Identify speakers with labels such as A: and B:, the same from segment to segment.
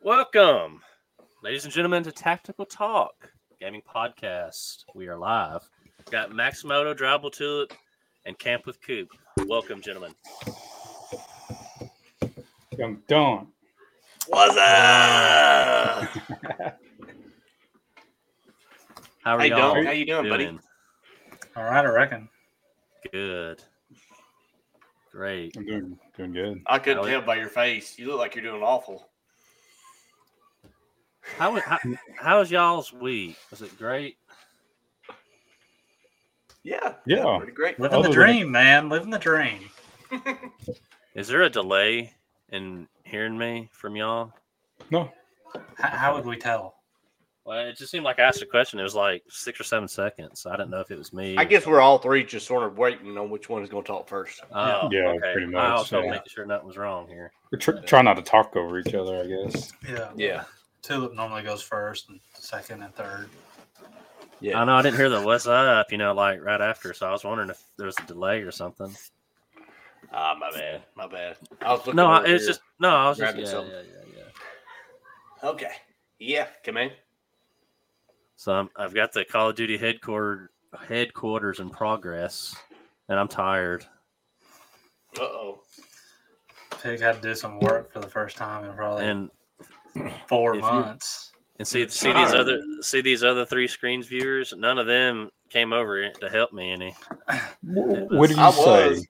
A: Welcome, ladies and gentlemen, to Tactical Talk Gaming Podcast. We are live. Got Maximoto, Dribble Tulip, and Camp with Coop. Welcome, gentlemen.
B: I'm done.
C: What's up?
A: How are
C: Hey,
A: y'all?
C: Dom, how you doing, buddy?
D: All right, I reckon.
A: Good. Great.
B: I'm doing doing good.
C: I couldn't
A: How-
C: tell by your face. You look like you're doing awful.
A: How was how, how was y'all's week? Was it great?
C: Yeah.
B: Yeah.
C: Pretty great.
D: Living
B: Other
D: the
B: than-
D: dream, man. Living the dream.
A: Is there a delay in hearing me from y'all?
B: No,
D: How, how would we tell?
A: Well, it just seemed like I asked a question. It was like six or seven seconds. I didn't know if it was me.
C: I guess we're all three just sort of waiting on which one is going to talk first.
A: Oh,
B: Yeah,
A: okay.
B: pretty
A: I was
B: much, yeah.
A: making sure nothing was wrong here.
B: we're tr- trying not to talk over each other. I guess.
D: Yeah.
C: Yeah.
D: Tulip normally goes first, and second, and third.
C: Yeah.
A: I know I didn't hear the "What's up," you know, like right after. So I was wondering if there was a delay or something.
C: Ah, my bad. My bad. I was looking.
A: No, I,
C: over
A: it's
C: here.
A: just no. I was just
C: Grabbing
A: yeah,
C: something.
A: yeah, yeah, yeah.
C: okay. Yeah, come in.
A: So I'm, I've got the Call of Duty headquarter headquarters in progress, and I'm tired.
C: Uh oh.
D: Pig had to do some work for the first time in
C: Oh.
D: probably
A: And
D: four
A: if you-
D: months.
A: and see
D: You're
A: see these
D: tired.
A: other see these other three screens viewers. None of them came over to help me any.
B: Wh- What did you
C: I
B: say?
C: was.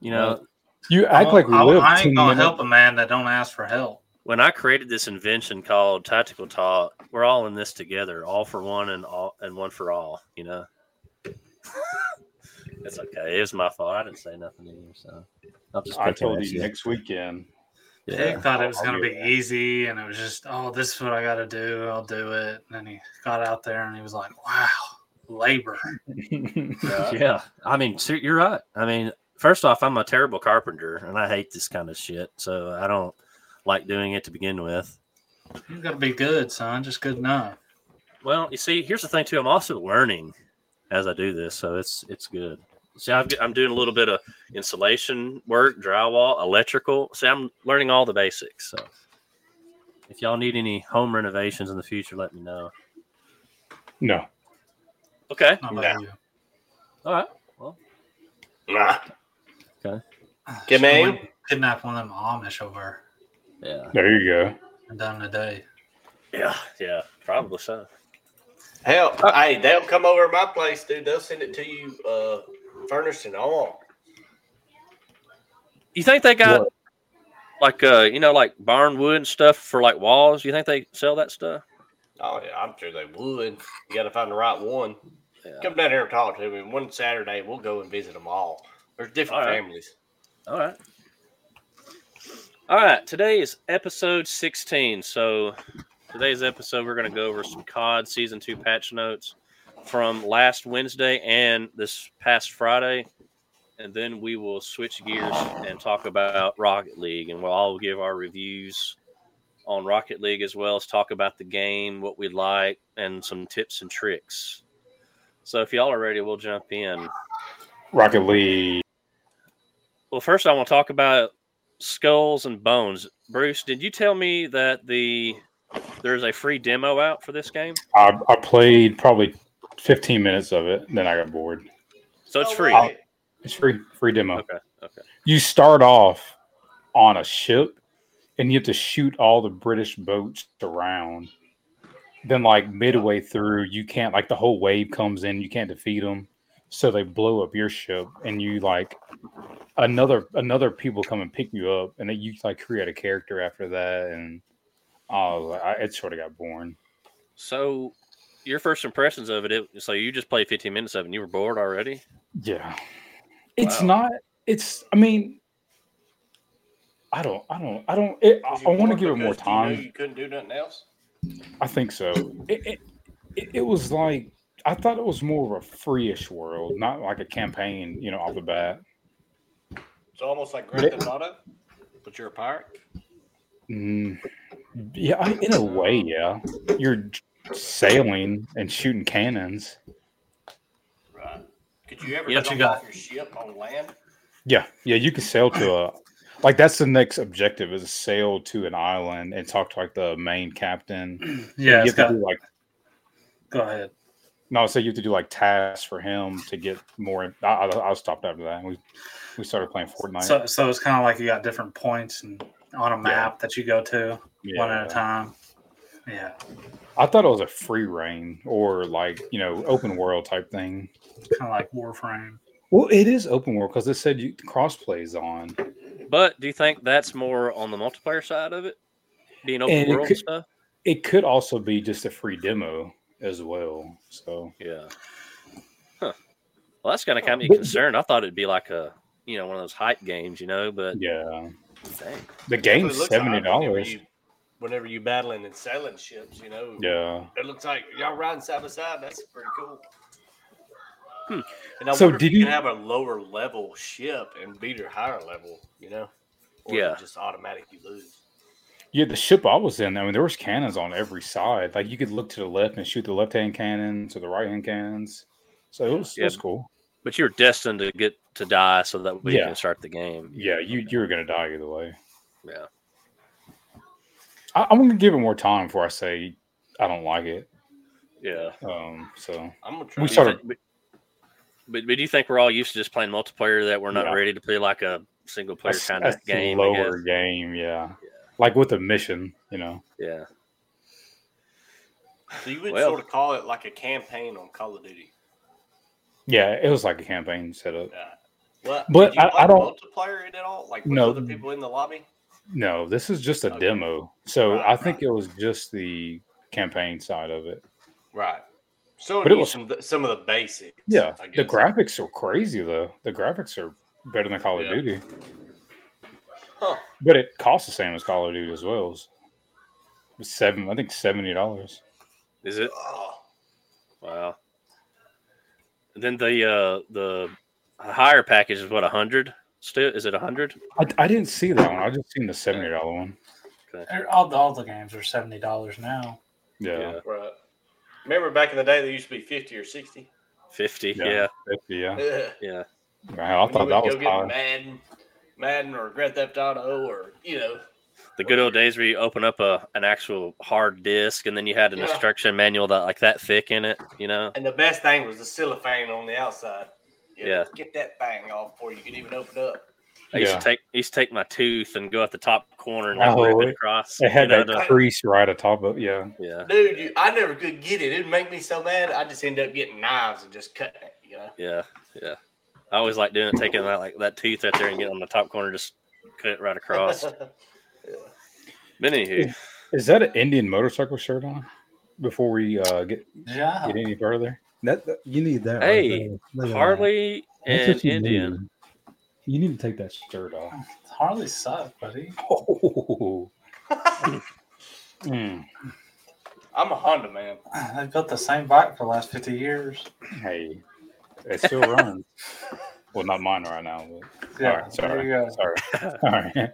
A: You know,
B: You act like we
D: Oh, I,
B: live
D: I ain't
B: ten
D: gonna
B: minutes.
D: help a man that don't ask for help.
A: when I created this invention called Tactical Talk, we're all in this together, all for one and all and one for all. You know, it's okay. It was my fault. I didn't say nothing to you, so I'll just.
B: I
A: poke your
B: told
A: ass,
B: you
A: yeah.
B: next weekend.
A: Yeah.
D: Pig thought it was
B: I'll- I'll
D: gonna
B: do
D: be
B: that.
D: easy, and it was just, oh, this is what I gotta do. I'll do it. And then he got out there, and he was like, wow, labor.
A: Yeah. I mean, ser- you're right. I mean, first off, I'm a terrible carpenter, and I hate this kind of shit. So I don't like doing it to begin with.
D: You gotta be good, son. Just good enough.
A: Well, you see, here's the thing too. I'm also learning as I do this, so it's it's good. See, I've, I'm doing a little bit of insulation work, drywall, electrical. See, I'm learning all the basics. So, if y'all need any home renovations in the future, let me know.
B: no,
A: Okay.
D: Not about
C: Nah.
D: you.
A: All right.
C: Nah.
D: Should
C: man.
D: we Kidnap one of them Amish over
A: Yeah.
B: there you go.
D: and done today.
A: Yeah. Yeah. Probably so.
C: Hell, hey, they'll come over to my place, dude. They'll send it to you, uh, furnished and all.
A: You think they got like uh, you know, like barn wood and stuff for like walls? You think they sell that stuff?
C: Oh, yeah, I'm sure they would. You got to find the right one.
A: Yeah.
C: Come down here and talk to me. And One Saturday, we'll go and visit them all. There's different
A: All right.
C: families.
A: All right. All right. Today is episode 16. So, today's episode, we're going to go over some COD Season 2 patch notes from last Wednesday and this past Friday. And then we will switch gears and talk about Rocket League. And we'll all give our reviews on Rocket League as well as talk about the game, what we like, and some tips and tricks. So, if y'all are ready, we'll jump in.
B: Rocket League.
A: Well, first I want to talk about skulls and bones. Bruce, did you tell me that the there's a free demo out for this game?
B: I, I played probably fifteen minutes of it, then I got bored.
A: So it's
C: Oh,
A: free.
C: wow.
B: It's free, free demo.
A: Okay, okay.
B: You start off on a ship, and you have to shoot all the British boats around. Then, like midway through, you can't like the whole wave comes in. You can't defeat them, so they blow up your ship, and you like another another people come and pick you up, and then you like create a character after that. And oh, I, it sort of got boring.
A: So your first impressions of it, it so you just played 15 minutes of it and you were bored already?
B: Yeah. It's
A: Wow.
B: not it's I mean I don't I don't I don't it, I,
C: Was you
B: want to
C: bored
B: give it more
C: Oh, because you knew
B: time.
C: You couldn't do nothing else.
B: I think so. It, it, it, it was like I thought it was more of a freeish world, not like a campaign, you know, off the bat.
C: It's almost like Grand Theft Auto, but you're a pirate.
B: Mm, yeah, I, in a way, yeah. You're sailing and shooting cannons.
C: Right. Could you ever
A: Yeah,
C: jump
D: you got-
C: off your ship on land?
B: Yeah, yeah, you can sail to a Like that's the next objective is sail to an island and talk to like the main captain.
D: yeah,
B: you
D: it's
B: have to
D: got,
B: do like
D: go ahead.
B: no, so you have to do like tasks for him to get more. I, I, I stopped after that. We we started playing Fortnite.
D: So, so it's kind of like you got different points and on a map that you go to one at
B: Yeah.
D: a time. Yeah,
B: I thought it was a free reign or like you know open world type thing.
D: kind of like Warframe.
B: Well, it is open world because it said you crossplay is on.
A: But do you think that's more on the multiplayer side of it, being open
B: And it
A: world
B: could-
A: stuff?
B: It could also be just a free demo as well. So
A: Yeah. Huh. Well, that's kind of got me
B: Uh, But-
A: concerned. I thought it'd be like a you know one of those hype games, you know. But
B: yeah,
A: dang,
B: the
C: It
B: game's
C: looks
B: seventy
C: like Whenever
B: dollars.
C: you, whenever you battling and sailing ships, you know.
B: Yeah.
C: It looks like y'all riding side by side. That's pretty cool.
A: Hmm.
C: And I
B: So
C: wonder if
B: did
C: you
B: you-
C: can have a lower level ship and beat her higher level? You know, or is it
A: Yeah.
C: just automatic you lose.
B: Yeah, the ship I was in, I mean, there was cannons on every side. Like you could look to the left and shoot the left hand cannon to the right hand cannons. So it was, it
A: Yeah.
B: was cool.
A: but you're destined to get to die, so that we
B: Yeah.
A: can start the game.
B: Yeah, you you were gonna die either way.
A: Yeah.
B: I, I'm gonna give it more time before I say I don't like it.
A: Yeah.
B: Um, so
C: I'm gonna try.
A: Do you
B: we started.
A: think- but, but do you think we're all used to just playing multiplayer that we're not
B: Yeah.
A: ready to play like a single player
B: That's,
A: kind of
B: that's
A: game? I guess?
B: lower game, yeah. Like with a mission, you know.
A: Yeah.
C: So you would
A: Well.
C: sort of call it like a campaign on Call of Duty.
B: Yeah, it was like a campaign setup.
C: Yeah. Well,
B: But
C: did you
B: I-
C: play
B: I don't-
C: multiplayer it at all. Like with
B: No.
C: other people in the lobby.
B: No, this is just a
C: Okay.
B: demo. So
C: Right,
B: I think
C: right.
B: it was just the campaign side of it.
C: Right. So
B: But
C: but
B: it
C: it
B: was-
C: some some of the basics.
B: Yeah,
C: I
B: the
C: guess.
B: graphics are crazy though. The graphics are better than Call of
C: Yeah.
B: Duty,
C: Huh.
B: but it costs the same as Call of Duty as well. It's Seven, I think seventy dollars.
A: Is it?
C: Oh,
A: Wow. And then the uh the higher package is what a hundred. Still, is it a hundred?
B: I, I didn't see that one. I just seen the seventy dollar one.
D: They're- All, all the games are seventy dollars now.
B: Yeah,
C: right. Remember back in the day, they used to be fifty or sixty.
A: Fifty.
B: Yeah.
A: Yeah.
B: fifty. Yeah,
C: Ugh.
A: Yeah.
B: wow, I
C: When you
B: thought that was
C: would go get
B: high.
C: Madden, Madden or Grand Theft Auto or you know,
A: The good old days where you open up a an actual hard disk and then you had an
C: Yeah.
A: instruction manual that like that thick in it. You know.
C: and the best thing was the cellophane on the outside. You know,
A: Yeah.
C: Get that thing off before you could even open it up.
A: I used
B: Yeah.
A: to take I used to take my tooth and go at the top corner and like,
B: Oh,
A: rip
B: it-
A: it across.
B: It had
A: you know,
B: that
A: to-
B: crease right atop of yeah.
A: yeah.
C: Dude, you, I never could get it. It'd make me so mad. I just end up getting knives and just cutting it, you know.
A: Yeah. Yeah. I always like doing it, taking that like that tooth out there and getting on the top corner, just cut it right across. But anywho,
B: Is that an Indian motorcycle shirt on? Before we uh, get
D: Yeah,
B: get any
E: Oh.
B: further,
E: That, that- you need that.
A: Hey,
E: there. Look at that.
A: Harley
E: That's
A: and
E: what you
A: Indian.
E: need. You need to take that shirt off.
D: Harley suck, buddy.
B: Oh. Mm,
C: I'm a Honda man.
D: They built the same bike for the last fifty years.
B: hey, it still runs. Well, not mine right now. But,
D: Yeah,
B: all right, sorry,
D: there you go.
B: sorry, all right,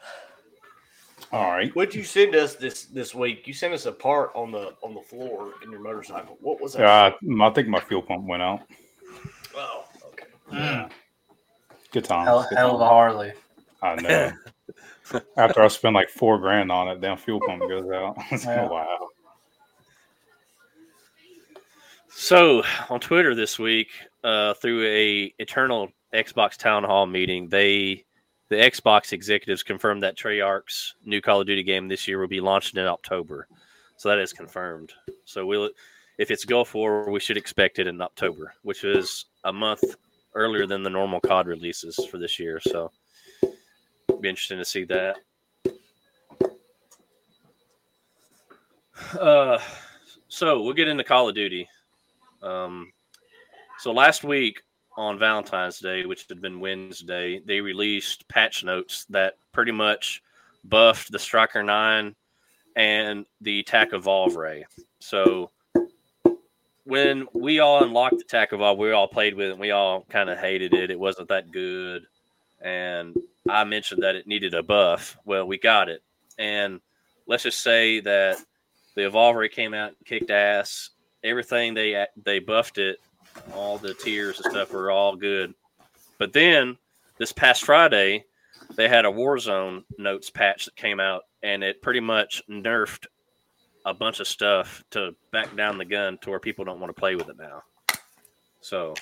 B: all right.
C: What'd you send us this this week? You sent us a part on the on the floor in your motorcycle. What was that?
B: Uh, I think my fuel pump went out.
C: oh, okay.
D: Mm,
B: Good times.
D: hell,
B: good
D: hell of a
B: times.
D: Harley.
B: I know. After I spend like four grand on it, damn fuel pump goes out. It's like,
D: Yeah.
B: wow.
A: So on Twitter this week, uh, through a eternal Xbox town hall meeting, they the Xbox executives confirmed that Treyarch's new Call of Duty game this year will be launched in October. So that is confirmed. So we'll if it's go for, we should expect it in October, which is a month earlier than the normal COD releases for this year. So it'll be interesting to see that. Uh, so we'll get into Call of Duty. Um, so last week on Valentine's Day, which had been Wednesday, they released patch notes that pretty much buffed the Striker 9 and the Tac Evolve Ray. So when we all unlocked the Tac Evolve, we all played with it and we all kind of hated it. It wasn't that good. And I mentioned that it needed a buff. Well, we got it. And let's just say that the Evolve Ray came out and kicked ass everything they they buffed it, all the tiers and stuff were all good. But then this past Friday, they had a Warzone notes patch that came out, and it pretty much nerfed a bunch of stuff to back down the gun to where people don't want to play with it now. So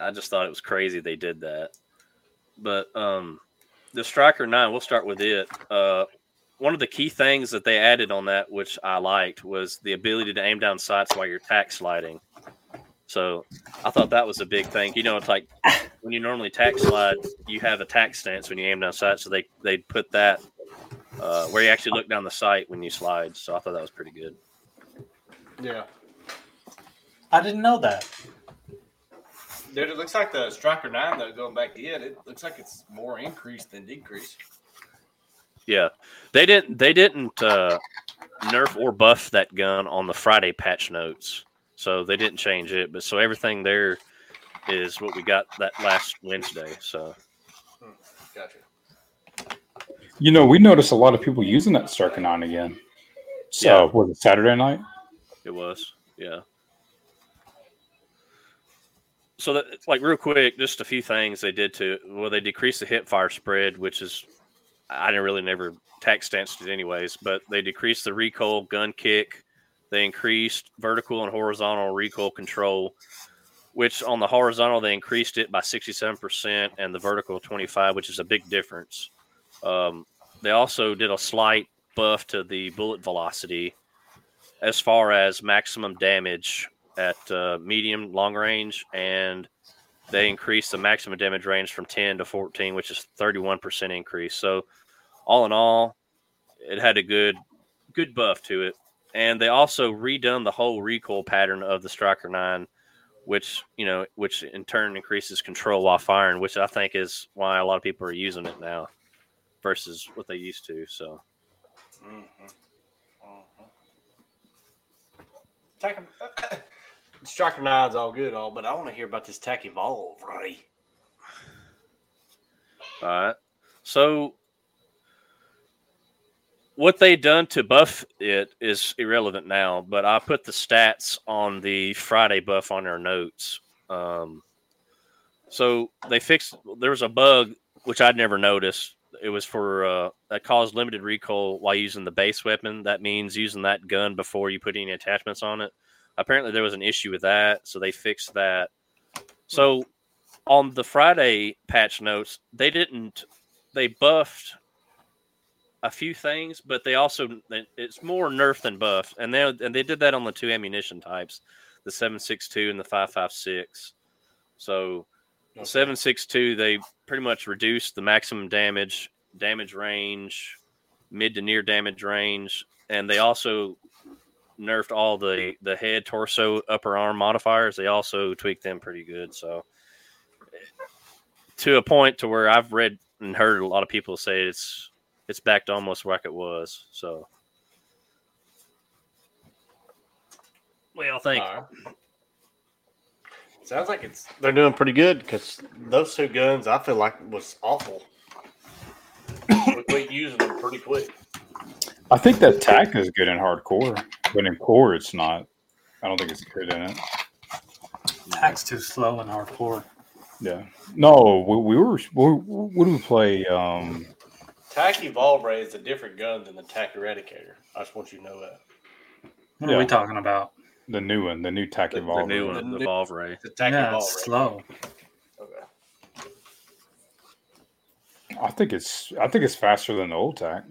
A: I just thought it was crazy they did that. But um, the Striker 9, we'll start with it. Uh, one of the key things that they added on that, which I liked, was the ability to aim down sights while you're tack sliding. So I thought that was a big thing. You know, it's like when you normally tack slide, you have a tack stance when you aim down sight. So they they put that uh, where you actually look down the sight when you slide. So I thought that was pretty good.
C: Yeah.
D: I didn't know that.
C: Dude, it looks like the Striker 9, though, going back to it, it looks like it's more increase than decrease.
A: Yeah, they didn't they didn't uh, nerf or buff that gun on the Friday patch notes, so they didn't change it. But so everything there is what we got that last Wednesday. So
C: Gotcha.
B: You know, we noticed a lot of people using that Circanon again. So
A: Yeah.
B: was it Saturday night?
A: It was, yeah. So that, like, real quick, just a few things they did to. Well, they decreased the hip fire spread, which is I didn't really never tax stanced it anyways, but they decreased the recoil gun kick. They increased vertical and horizontal recoil control, which on the horizontal they increased it by sixty-seven percent, and the vertical twenty-five, which is a big difference. Um, they also did a slight buff to the bullet velocity, as far as maximum damage at uh, medium long range and they increased the maximum damage range from 10 to 14 which is 31% increase so all in all it had a good good buff to it and they also redone the whole recoil pattern of the striker 9 which you know which in turn increases control while firing which i think is why a lot of people are using it now versus what they used to so
C: hmm hmm Tack- Striker nine's all good, all, but I want to hear about this tack evolve, right?
A: All right. So what they done to buff it is irrelevant now, but I put the stats on the Friday buff on their notes. Um, so they fixed there was a bug which I'd never noticed. It was for uh, that caused limited recoil while using the base weapon. That means using that gun before you put any attachments on it. Apparently there was an issue with that, so they fixed that. So on the Friday patch notes, they didn't they buffed a few things, but they also it's more nerf than buff, and they and they did that on the two ammunition types, the seven six two and the five five six. So the seven six two they pretty much reduced the maximum damage, damage range, mid to near damage range, and they also nerfed all the the head, torso, upper arm modifiers. They also tweaked them pretty good. So to a point to where I've read and heard a lot of people say it's it's back to almost like it was. So, what y'all think?
C: All right. Sounds like it's they're doing pretty good because those two guns I feel like was awful. we quit using them pretty quick.
B: I think that tack is good in hardcore, but in core it's not. I don't think it's good in it.
D: Tack's too slow and hardcore.
B: Yeah. No, we, we were. We, what do we play? Um,
C: Tack Evolve Ray is a different gun than the Tack Eradicator. I just want you to know that.
D: What
B: Yeah.
D: are we talking about?
B: the new one, the new tack
C: The- the
A: the
B: evolver.
A: new
C: the
A: one, the
C: new-
A: Evolve Ray.
C: The Tack
D: yeah,
C: Evolve
D: it's
C: Ray.
D: slow.
C: Okay.
B: I think it's. I think it's faster than the old tack.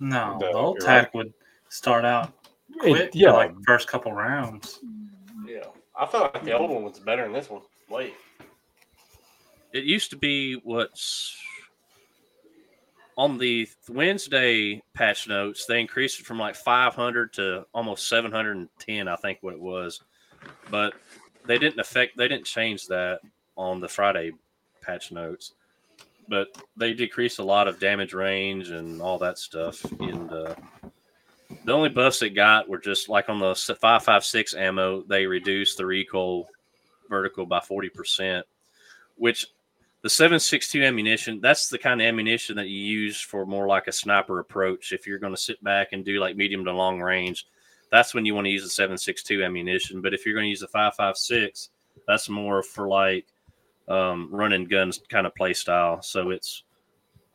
D: No,
B: The-
D: the old
B: you're
D: tack would start out quick
B: It- yeah,
D: for like the first couple rounds.
C: Yeah, I felt like the old one was better than this one. Wait,
A: It used to be what's on the Wednesday patch notes. They increased it from like 500 to almost 710, I think, what it was. But they didn't affect. They didn't change that on the Friday patch notes. But they decreased a lot of damage range and all that stuff. And uh, the only buffs it got were just like on the 556 ammo, they reduced the recoil vertical by 40%, which the 762 ammunition, that's the kind of ammunition that you use for more like a sniper approach. If you're going to sit back and do like medium to long range, that's when you want to use the 762 ammunition. But if you're going to use the 556, that's more for like um, running guns kind of play style. So it's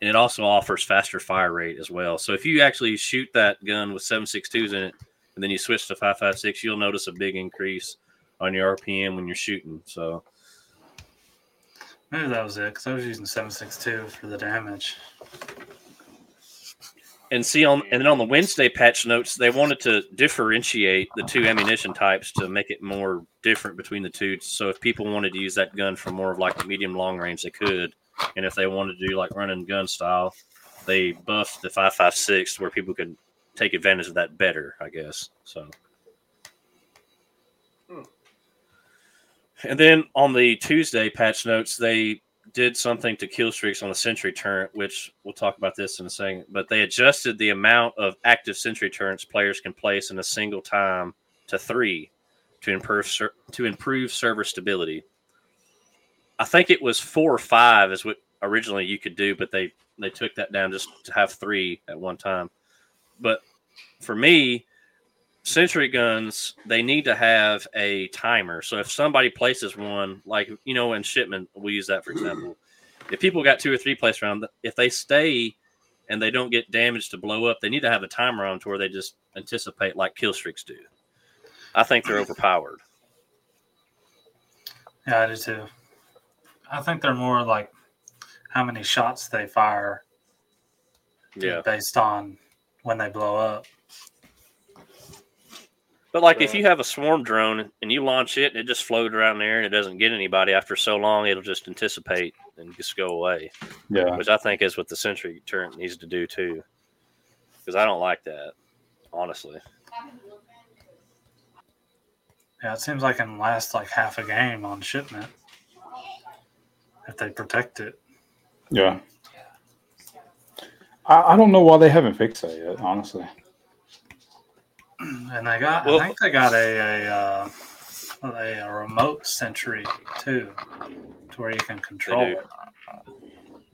A: and it also offers faster fire rate as well. So if you actually shoot that gun with 7.62s in it, and then you switch to 5.56, you'll notice a big increase on your RPM when you're shooting. So
D: Maybe that was it because I was using 762 for the damage.
A: and see on and then on the Wednesday patch notes, they wanted to differentiate the two ammunition types to make it more different between the two. So if people wanted to use that gun for more of like the medium long range, they could, and if they wanted to do like run and gun style, they buffed the 5.56 where people could take advantage of that better, I guess. So. And then on the Tuesday patch notes, they did something to kill streaks on the sentry turret, which we'll talk about this in a second. But they adjusted the amount of active sentry turrets players can place in a single time to three to improve ser- to improve server stability. I think it was four or five is what originally you could do, but they they took that down just to have three at one time. But for me, sentry guns they need to have a timer so if somebody places one like you know in shipment we use that for example if people got two or three placed around if they stay and they don't get damaged to blow up they need to have a timer on to where they just anticipate like kill streaks do i think they're overpowered
D: Yeah, I do too. I think they're more like how many shots they fire based on when they blow up.
A: But like, if
C: Right.
A: you have a swarm drone and you launch it and it just floats around there and it doesn't get anybody after so long, it'll just anticipate and just go away.
B: Yeah.
A: which I think is what the sentry turret needs to do too, because I don't like that, honestly.
D: Yeah, it seems like it can last like half a game on shipment if they protect it.
B: Yeah. I, I don't know why they haven't fixed that yet, honestly.
D: And they got,
A: Well-
D: I think they got a a, uh, a a remote sentry too, to where you can control
A: do.
D: it.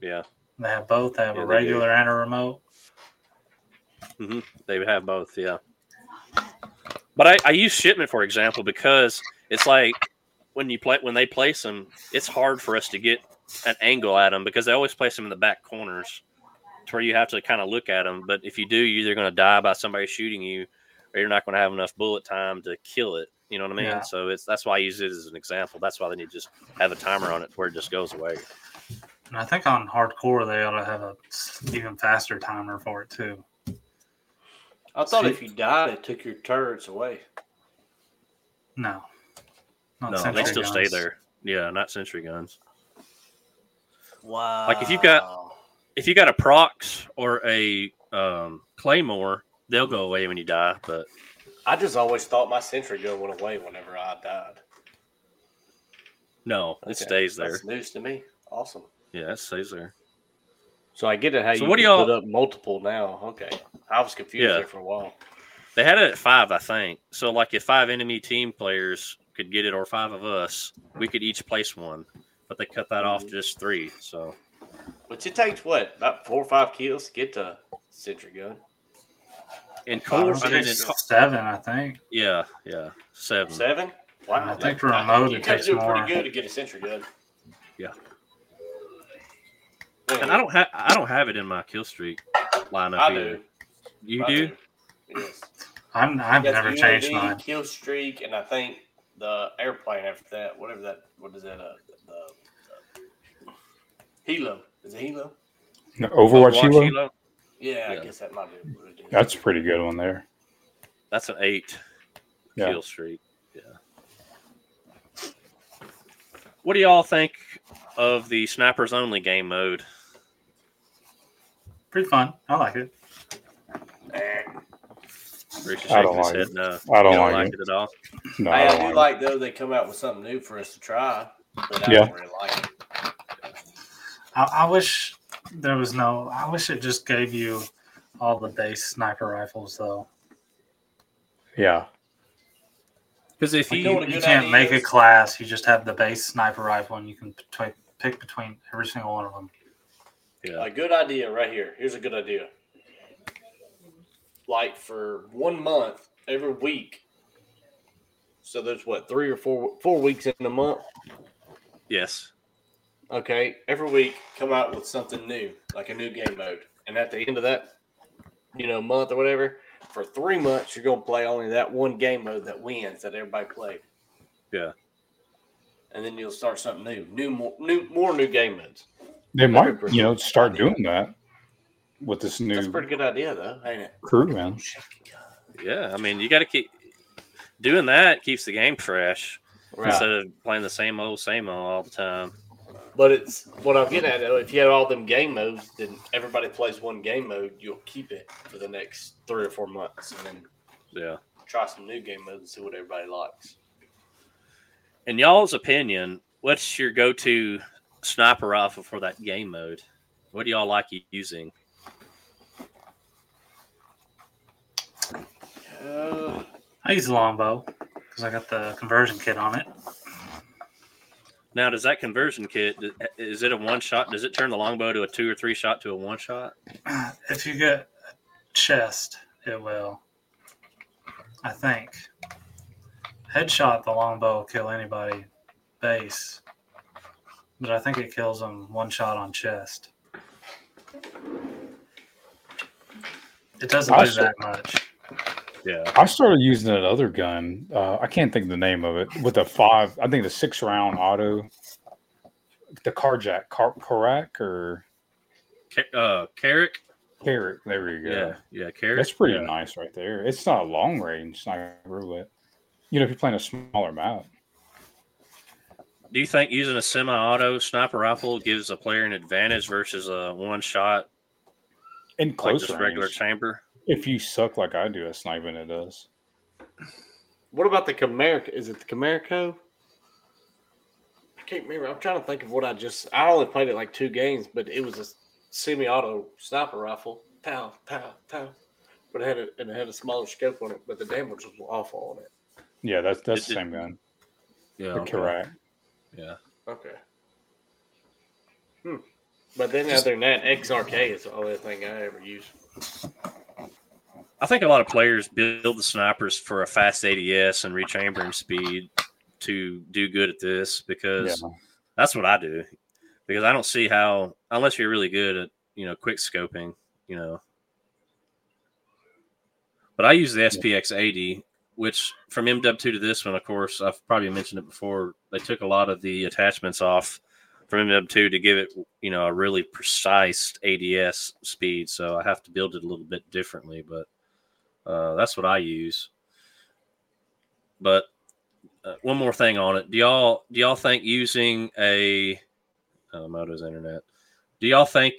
A: Yeah,
D: They have both. They have
A: Yeah,
D: a
A: they do.
D: regular and a remote.
A: they have both. Yeah, but I, I use shipment for example because it's like when you play when they place them, it's hard for us to get an angle at them because they always place them in the back corners, to where you have to kind of look at them. But if you do, you're either going to die by somebody shooting you, or you're not going to have enough bullet time to kill it. You know what I mean?
D: Yeah.
A: So it's that's why I use it as an example. That's why they need to just have a timer on it to where it just goes away.
D: And I think on hardcore they ought to have a s- even faster timer for it too.
C: I thought if you died, it took your turrets away.
D: No, not
A: No, they
D: sentry
A: still stay
D: guns.
A: there. Yeah, not sentry guns.
C: Wow.
A: if you've got- If you got a prox or a um, claymore, they'll go away when you die. But
C: I just always thought my sentry gun went away whenever I died.
A: no, it
C: Okay.
A: stays there.
C: That's news to me. Awesome.
A: Yeah, it stays there.
C: So I get it. How
A: So
C: you
A: what do
C: can
A: y'all-
C: put up multiple now? Okay, I was confused
A: Yeah.
C: there for a while.
A: They had it at five, I think. So like, if five enemy team players could get it, or five of us, we could each place one. But they cut that off to just three. So
C: Which it takes what about four or five kills to get to sentry gun?
A: in
D: I
A: core,
D: don't
A: I mean,
D: think
A: in,
D: it's seven, I think.
A: yeah, yeah, seven.
C: Seven.
D: I think for
C: that-
D: remote
C: you
D: it
C: gotta
D: takes
C: do
D: more.
C: pretty good to get a sentry gun.
A: Yeah.
C: Anyway,
A: And I don't have I don't have it in my kill streak lineup
C: I
A: either.
C: do.
A: You
C: I
A: do?
C: Yes.
D: I'm, I've
C: That's
D: never
C: UAV,
D: changed mine.
C: E Kill streak, and I think the airplane after that, whatever that, what is that? Uh, the, the Hilo. Is it Hilo?
B: No, Overwatch,
A: Overwatch
B: Hero?
A: Hilo?
C: Yeah,
A: Yeah.
C: I guess that might be what it is.
B: That's a pretty good one there.
A: That's an eight
B: Yeah.
A: kill streak. Yeah. What do y'all think of the snipers only game mode?
D: Pretty fun. I like it.
C: Eh.
A: Rick's
B: I don't
A: shaking his
B: like
A: head
B: it.
A: no.
B: I
A: You
B: don't like it.
A: it. at all.
B: No,
C: Hey,
B: I
C: I,
B: don't
C: do
B: like
C: like though they come out with something new for us to try. But I
B: Yeah.
C: don't really like it.
D: I, I wish there was no. I wish it just gave you all the base sniper rifles though.
B: it. Yeah.
A: Because if
C: Like,
A: you,
C: no one-
D: You
C: good
D: can't make a
C: ideas.
D: class. You just have the base sniper rifle, and you can between, pick between every single one of them.
A: yeah,
C: A good idea right here. Here's a good idea. Like for one month, every week. So there's what three or four four weeks in a month.
A: yes,
C: okay, every week come out with something new, like a new game mode. And at the end of that, you know, month or whatever, for three months, you're going to play only that one game mode that wins that everybody played.
A: Yeah.
C: And then you'll start something new, new more, new more new game modes.
B: They might,
C: That'd be
B: you know,
C: pretty-
B: start doing that with this
C: That's a
B: new
C: pretty good idea, though, ain't it?
B: crew, man.
A: Yeah, I mean, you got to keep doing that keeps the game fresh
C: Right.
A: instead of playing the same old, same old all the time.
C: But it's what I'm getting at. though, If you had all them game modes, then everybody plays one game mode. You'll keep it for the next three or four months, and then
A: Yeah.
C: try some new game modes and see what everybody likes.
A: In y'all's opinion, what's your go-to sniper rifle for that game mode? What do y'all like you using?
C: Uh,
D: I use a longbow because I got the conversion kit on it.
A: Now, does that conversion kit is it a one shot? Does it turn the longbow to a two or three shot to a one shot?
D: If you get a chest, it will. I think. Headshot, the longbow will kill anybody base. But I think it kills them one shot on chest. It doesn't
B: I
D: do
B: still-
D: that much.
A: Yeah,
B: I started using that other gun. Uh, I can't think of the name of it. With the five, I think the six round auto, the carjack, car, Karak or
A: Ca- uh, Carrick.
B: Carrot. There you go.
A: Yeah, yeah, Carrick.
B: That's pretty
A: Yeah.
B: nice right there. It's not a long range sniper, but you know, if you're playing a smaller map,
A: Do you think using a semi-auto sniper rifle gives a player an advantage versus a one shot
B: in
A: like
B: close
A: just regular
B: range,
A: chamber?
B: if you suck like I do at sniping, it does.
C: what about the Comerica? Is it the Comerico? I can't remember. I'm trying to think of what I just. I only played it like two games, but it was a semi-auto sniper rifle. Pow, pow, pow. But it had a, and it had a smaller scope on it, but the damage was awful on it.
B: Yeah, that's that's
A: It-
B: the
A: it-
B: same gun.
A: Yeah,
B: The Karak.
A: Yeah,
C: Okay. Hmm. But then other than that, XRK is the only thing I ever use.
A: I think a lot of players build the snipers for a fast ADS and rechambering speed to do good at this
B: Yeah.
A: because that's what I do. Because I don't see how unless you're really good at you know quick scoping, you know. But I use the SPX eighty, which from MW two to this one, of course, I've probably mentioned it before. They took a lot of the attachments off from MW two to give it you know a really precise ADS speed. So I have to build it a little bit differently, but uh, that's what I use. But uh, one more thing on it. Do y'all do y'all think using a uh, Moto's internet? Do y'all think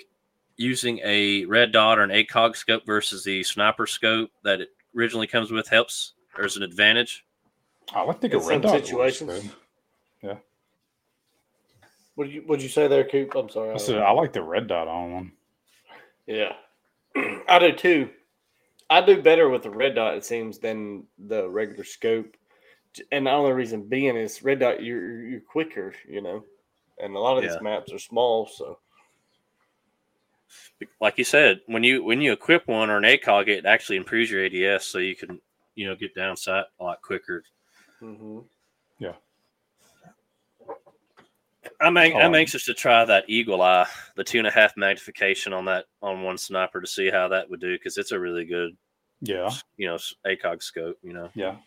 A: using a red dot or an ACOG scope versus the sniper scope that it originally comes with helps or is an advantage?
B: I like to
C: In
B: get red
C: some
B: dot.
C: situations.
B: Situations.
C: What you What you say there, Coop? I'm sorry. I
B: I
C: don't
B: said I like the red dot on one.
C: Yeah, I do too. I do better with the red dot, it seems, than the regular scope. J- And the only reason being is red dot, you're you're- you're quicker, you know. And a lot of
A: Yeah.
C: these maps are small, so
A: Like you said, when you when you equip one or an ACOG, it actually improves your ADS, so you can you know get down sight a lot quicker.
C: Mm-hmm.
A: I'm ang- I'm
B: Um,
A: anxious to try that eagle eye, the two and a half magnification on that on one sniper to see how that would do because it's a really good
B: Yeah,
A: you know s- ACOG scope. You know,
B: yeah.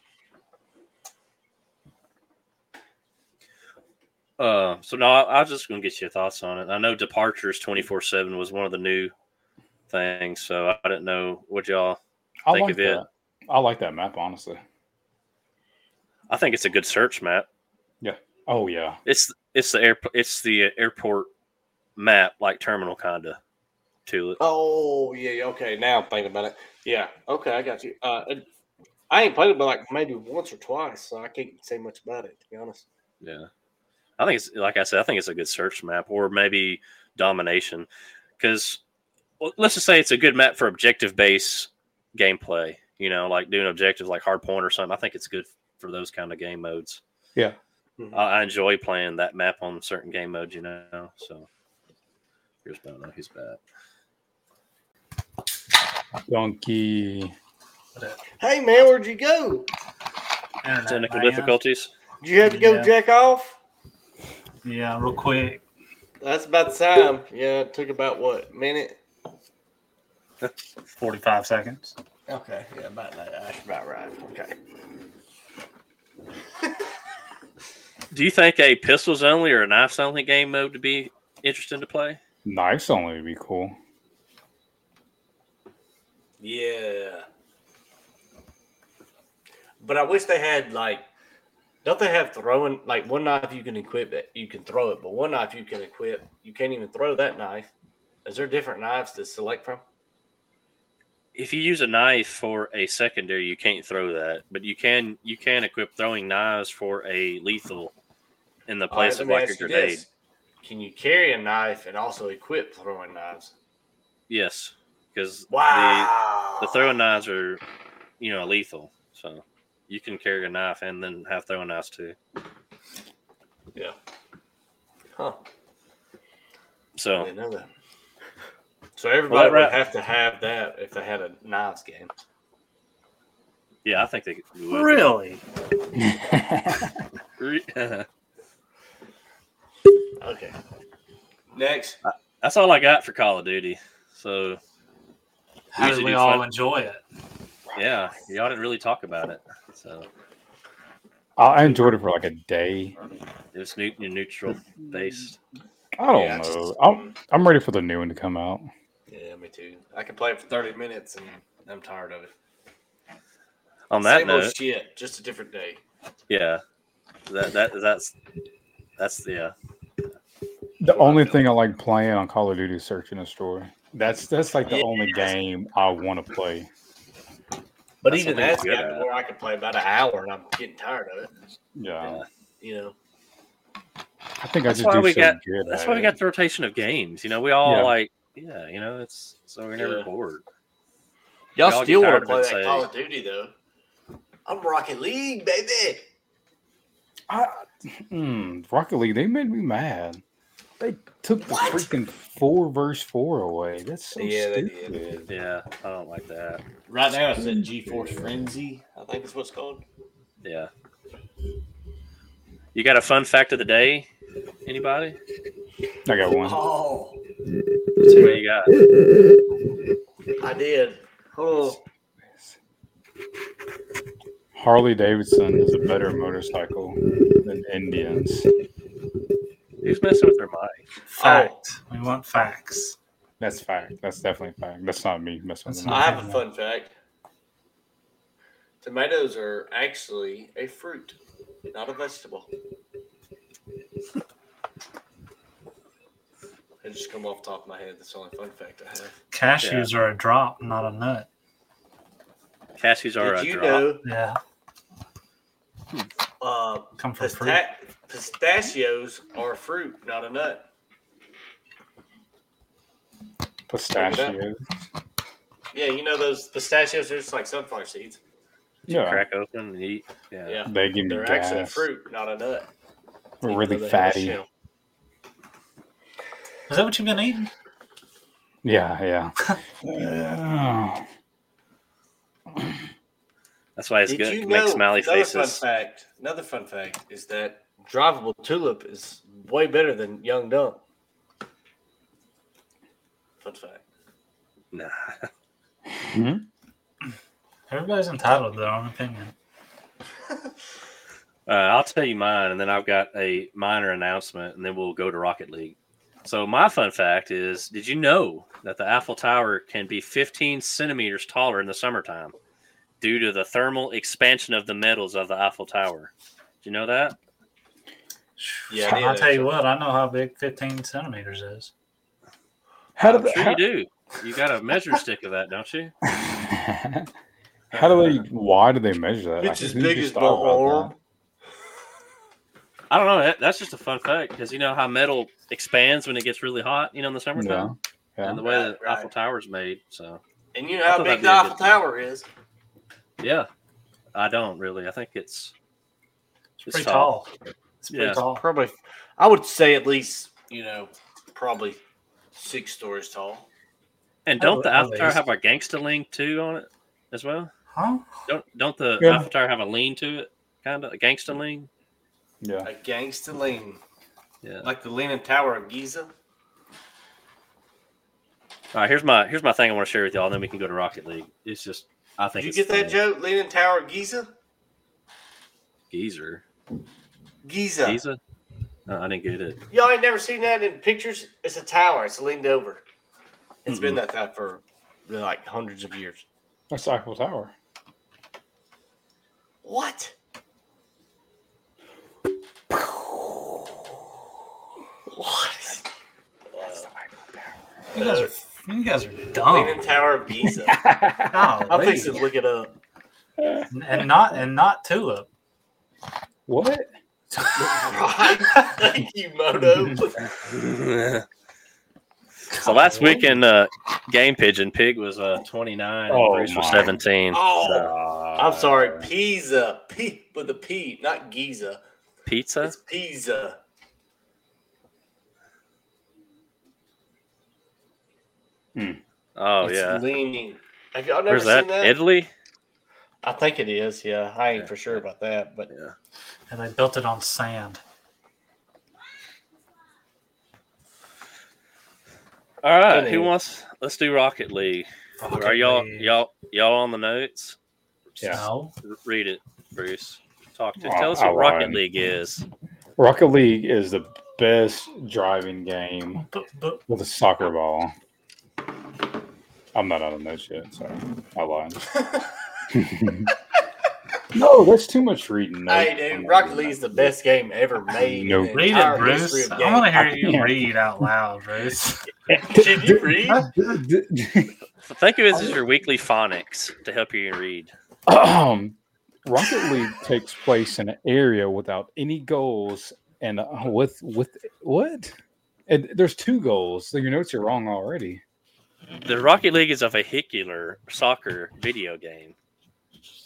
A: Uh, so no, I, I was just gonna get your thoughts on it. I know departures twenty four seven was one of the new things, so I didn't know what y'all.
B: I
A: Think
B: like
A: of it.
B: that. I like that map honestly.
A: I think it's a good search map.
B: Oh yeah,
A: It's it's the air it's the airport map like terminal kinda to it.
C: Oh yeah, yeah, okay. Now I'm thinking about it. Yeah, okay, I got you. Uh, it- I ain't played it but like maybe once or twice, so I can't say much about it to be honest.
A: Yeah. I think it's like I said, I think it's a good search map or maybe domination. Because well, let's just say it's a good map for objective based gameplay, you know, like doing objectives like hardpoint or something. I think it's good for those kind of game modes.
B: Yeah.
C: Mhm.
A: I, I enjoy playing that map on certain game modes, you know. So here's Bono, he's back.
B: donkey.
C: Hey man, where'd you go?
D: Internet,
A: Technical
D: man.
A: difficulties.
C: Did you have to go
D: Yeah.
C: jack off?
D: Yeah, real quick.
C: That's about the time. Yeah, it took about what minute?
D: 45 seconds.
C: Okay, yeah, about that. uh, That's about right. Okay.
A: Do you think a pistols only or a knives only game mode would be interesting to play?
B: Knives only would be cool.
C: Yeah. But I wish they had like don't they have throwing like one knife you can equip it you can throw it, but one knife you can equip you can't even throw that knife. Is there different knives to select from?
A: If you use a knife for a secondary, you can't throw that, but you can you can equip throwing knives for a lethal in the
C: All right,
A: place
C: let
A: of
C: me
A: like a
C: ask you
A: grenade.
C: this. Can you carry a knife and also equip throwing knives?
A: Yes, because
C: Wow.
A: the throwing knives are, you know, lethal. So you can carry a knife and then have throwing knives too.
C: Yeah. Huh. I
A: So
C: didn't know that. So everybody
A: right-
C: would have to have that if they had a knives game.
A: yeah, I think they could- would.
D: Really?
A: Re-
C: Okay. Next.
A: That's all I got for Call of Duty. So
D: How did
A: should
D: we
A: do
D: all
A: fun-
D: enjoy it?
A: yeah, y'all didn't really talk about it. So
B: I I enjoyed it for like a day.
A: it was new, neutral
C: Hmm.
A: based.
B: I don't
C: Yeah, I just-
B: know. I'm, I'm ready for the new one to come out.
C: Yeah, me too. I can play it for 30 minutes and I'm tired of it.
A: On that
C: Same
A: note,
C: old shit, just a different day.
A: yeah, that that that's that's yeah.
B: The only thing I like playing on Call of Duty is Search and Destroy. That's that's like the only game I want to play.
C: But
A: That's
C: even
A: something
C: that's
A: to get
C: gotten to
A: at.
C: where I can play about an hour and I'm getting tired of it.
B: Yeah,
C: You know,
B: I think
A: That's
B: I just
A: why
B: do
A: we
B: so
A: got-
B: good
A: That's
B: at
A: why we
B: it.
A: got the rotation of games. You know, we all
B: Yeah.
A: like yeah. You know, it's so we're never
C: Yeah.
A: bored.
C: y'all,
A: Y'all get
C: still
A: tired
C: want
A: of
C: to play
A: it,
C: that
A: say-
C: Call of Duty though. I'm Rocket League, baby.
B: I, mm, uh, Rocket League, they made me mad. They took the freaking four verse four away. That's so
C: Yeah, they did.
B: stupid.
A: Yeah, I don't like that.
C: Right now it's in GeForce Frenzy. I think it's what's called.
A: Yeah. You got a fun fact of the day? Anybody?
B: I got one.
C: Oh,
A: Let's see what you got.
C: I did. Oh,
B: Harley Davidson is a better motorcycle than Indians.
A: Who's messing with their mic?
D: Fact. We want facts.
B: That's fact. That's definitely fact. That's not me messing with
D: That's
B: them.
D: not-
C: I have a fun fact. Tomatoes are actually a fruit, not a vegetable. It just come off the top of my head. That's the only fun fact I have.
D: Cashews are a drop, not a nut.
A: Cashews are
C: Did
A: a
C: you
A: drop.
C: know
D: Yeah.
C: uh,
D: Come from fruit.
C: pista- pistachios are a fruit, not a nut?
B: Pistachios.
C: Yeah, you know those pistachios are just like sunflower seeds.
B: Yeah,
A: Crack open and eat. Yeah.
C: Yeah,
B: they give me
C: they're actually a
B: gas.
C: fruit, not a nut.
B: We're
C: Even
B: really
C: though they have a
B: fatty.
C: shell.
D: Is that what you've been eating?
B: Yeah, yeah.
A: That's why it's
C: Did
A: good.
C: you
A: It
C: know
A: makes smiley
C: another
A: faces.
C: Fun fact, another fun fact is that drivable tulip is way better than young dump. Fun fact.
A: Nah.
D: Everybody's entitled to their own opinion.
A: Uh, I'll tell you mine, and then I've got a minor announcement, and then we'll go to Rocket League. So my fun fact is: Did you know that the Eiffel Tower can be 15 centimeters taller in the summertime due to the thermal expansion of the metals of the Eiffel Tower? Do you know that?
C: Yeah,
D: I'll
C: it is.
D: tell you what, I know how big 15 centimeters is.
B: How
A: I'm
B: did
A: sure you do. You got a measuring stick of that, don't you?
B: how, how do they? Why do they measure that? I
C: It's as
B: think we
C: big
B: just
C: as my
B: thought about that.
C: arm.
A: I don't know. That, that's just a fun fact because you know how metal expands when it gets really hot, you know, in the summertime,
B: Yeah,
A: and the way the
C: Right, right.
A: Eiffel Tower's made. So
C: And you know
A: I
C: how
A: thought that'd
C: big the
A: be a
C: Eiffel
A: good thing.
C: Tower is.
A: yeah, I don't really. I think it's
D: It's pretty
A: It's tall.
D: tall. It's pretty
A: Yeah.
D: tall.
C: Probably I would say at least, you know, probably six stories tall.
A: And
D: I
A: don't
D: would-
A: the
D: I
A: Alpha
D: would
A: Tower
D: use-
A: have a gangsta lean too on it as well?
D: Huh?
A: Don't don't the
B: Yeah.
A: Alpha Tower have a lean to it, kind of a gangsta lean?
B: yeah.
C: A gangster lean.
A: Yeah.
C: Like the Leaning Tower of Giza.
A: All right, here's my here's my thing I want to share with y'all, and then we can go to Rocket League. It's just I think
C: Did you
A: it's
C: get that
A: funny.
C: joke? Leaning Tower of Giza?
A: Geezer.
C: Giza.
A: Giza? No, I didn't get it.
C: Y'all ain't never seen that in pictures. It's a tower. It's leaned over. It's
A: Mm-hmm.
C: been that that for like hundreds of years.
B: That's Eiffel Tower.
C: What? What?
D: You guys are, you guys are
A: Oh.
C: Leaning
D: dumb.
C: Tower of Giza. I'll
D: Golly.
C: fix it. Look it up.
D: And not and not tulip.
B: What?
C: Right. Thank you, Moto.
A: so last week in uh, Game Pigeon, Pig was uh, 29 and
B: Oh,
A: Bruce was
B: my.
A: 17.
C: Oh,
A: So,
C: I'm sorry. Pisa. P with a P, not Giza.
A: pizza?
C: It's Pisa.
A: Oh,
C: it's
A: Oh, yeah.
C: Leaning. Have y'all never
A: Where's that?
C: seen that?
A: Italy?
C: I think it is. Yeah, I ain't for sure about that, but
A: Yeah.
D: And they built it on sand.
A: All right.
C: Italy.
A: Who wants? Let's do Rocket League.
D: Rocket
A: Are y'all
D: League.
A: y'all y'all on the notes?
B: Yeah.
D: No.
A: R- Read it, Bruce. Talk to.
B: Oh,
A: Tell us what
B: I
A: Rocket
B: lied.
A: League is.
B: Rocket League is the best driving game
D: But, but
B: with a soccer ball. I'm not out of notes yet, so I lied. no, that's too much reading. Nope,
C: hey,
B: I'm
C: dude,
B: not
C: Rocket
B: doing
C: League is
B: that.
C: the best game ever made.
B: No.
C: in the
D: read
C: entire
D: it,
C: history
D: Bruce.
C: of
D: I
C: games.
D: want to hear you
B: Yeah.
D: read out loud, Bruce.
C: Can you read?
A: So think of it as your weekly phonics to help you read.
B: Um, Rocket League takes place in an area without any goals and uh, with with what? And there's two goals. So your notes are wrong already.
A: The Rocket League is a vehicular soccer video game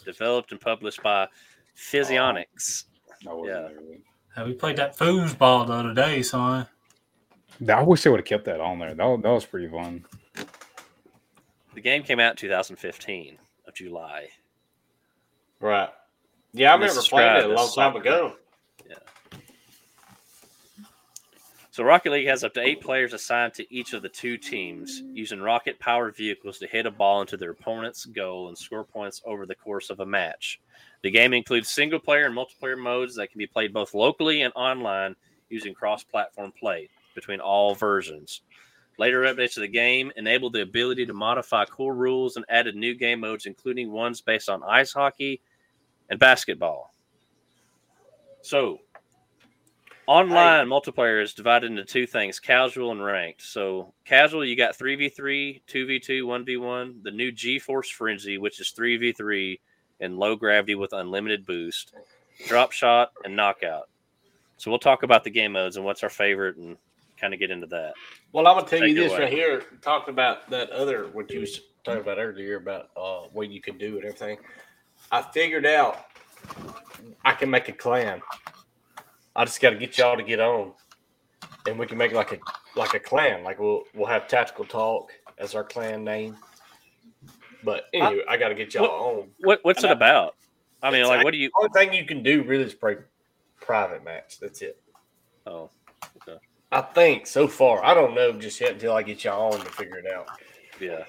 A: developed and published by Physionics.
B: I, wasn't there yet.
D: Hey, we played that foosball the other day, son.
B: I wish they would have kept that on there. That, wa- that was pretty fun.
A: The game came out in 2015 of July.
C: Right. Yeah, I
A: Let's
C: remember playing it
A: describe
C: a long
A: this
C: time
A: soccer.
C: ago.
A: So Rocket League has up to eight players assigned to each of the two teams, using rocket-powered vehicles to hit a ball into their opponent's goal and score points over the course of a match. The game includes single-player and multiplayer modes that can be played both locally and online using cross-platform play between all versions. Later updates to the game enabled the ability to modify core rules and added new game modes, including ones based on ice hockey and basketball. So, online multiplayer is divided into two things casual and ranked. So, casual, you got 3v3, 2v2, 1v1, the new GeForce Frenzy, which is 3v3 and low gravity with unlimited boost, drop shot, and knockout. So, we'll talk about the game modes and what's our favorite and kind of get into that.
C: Well, I'm gonna tell you
A: Take it
C: this
A: away.
C: right here. Talking about that other what you was talking about earlier about uh, what you can do and everything. I figured out I can make a clan. I just got to get y'all to get on, and we can make like a like a clan. Like we'll we'll have tactical talk as our clan name. But anyway, I, got to get y'all on.
A: What, what's it
C: And I-
A: about? I mean,
C: It's
A: like, what do you?
C: Only thing you can do really is play private match. That's it.
A: Oh,
C: I think so far. I don't know just yet until I get y'all on to figure it out.
A: yeah.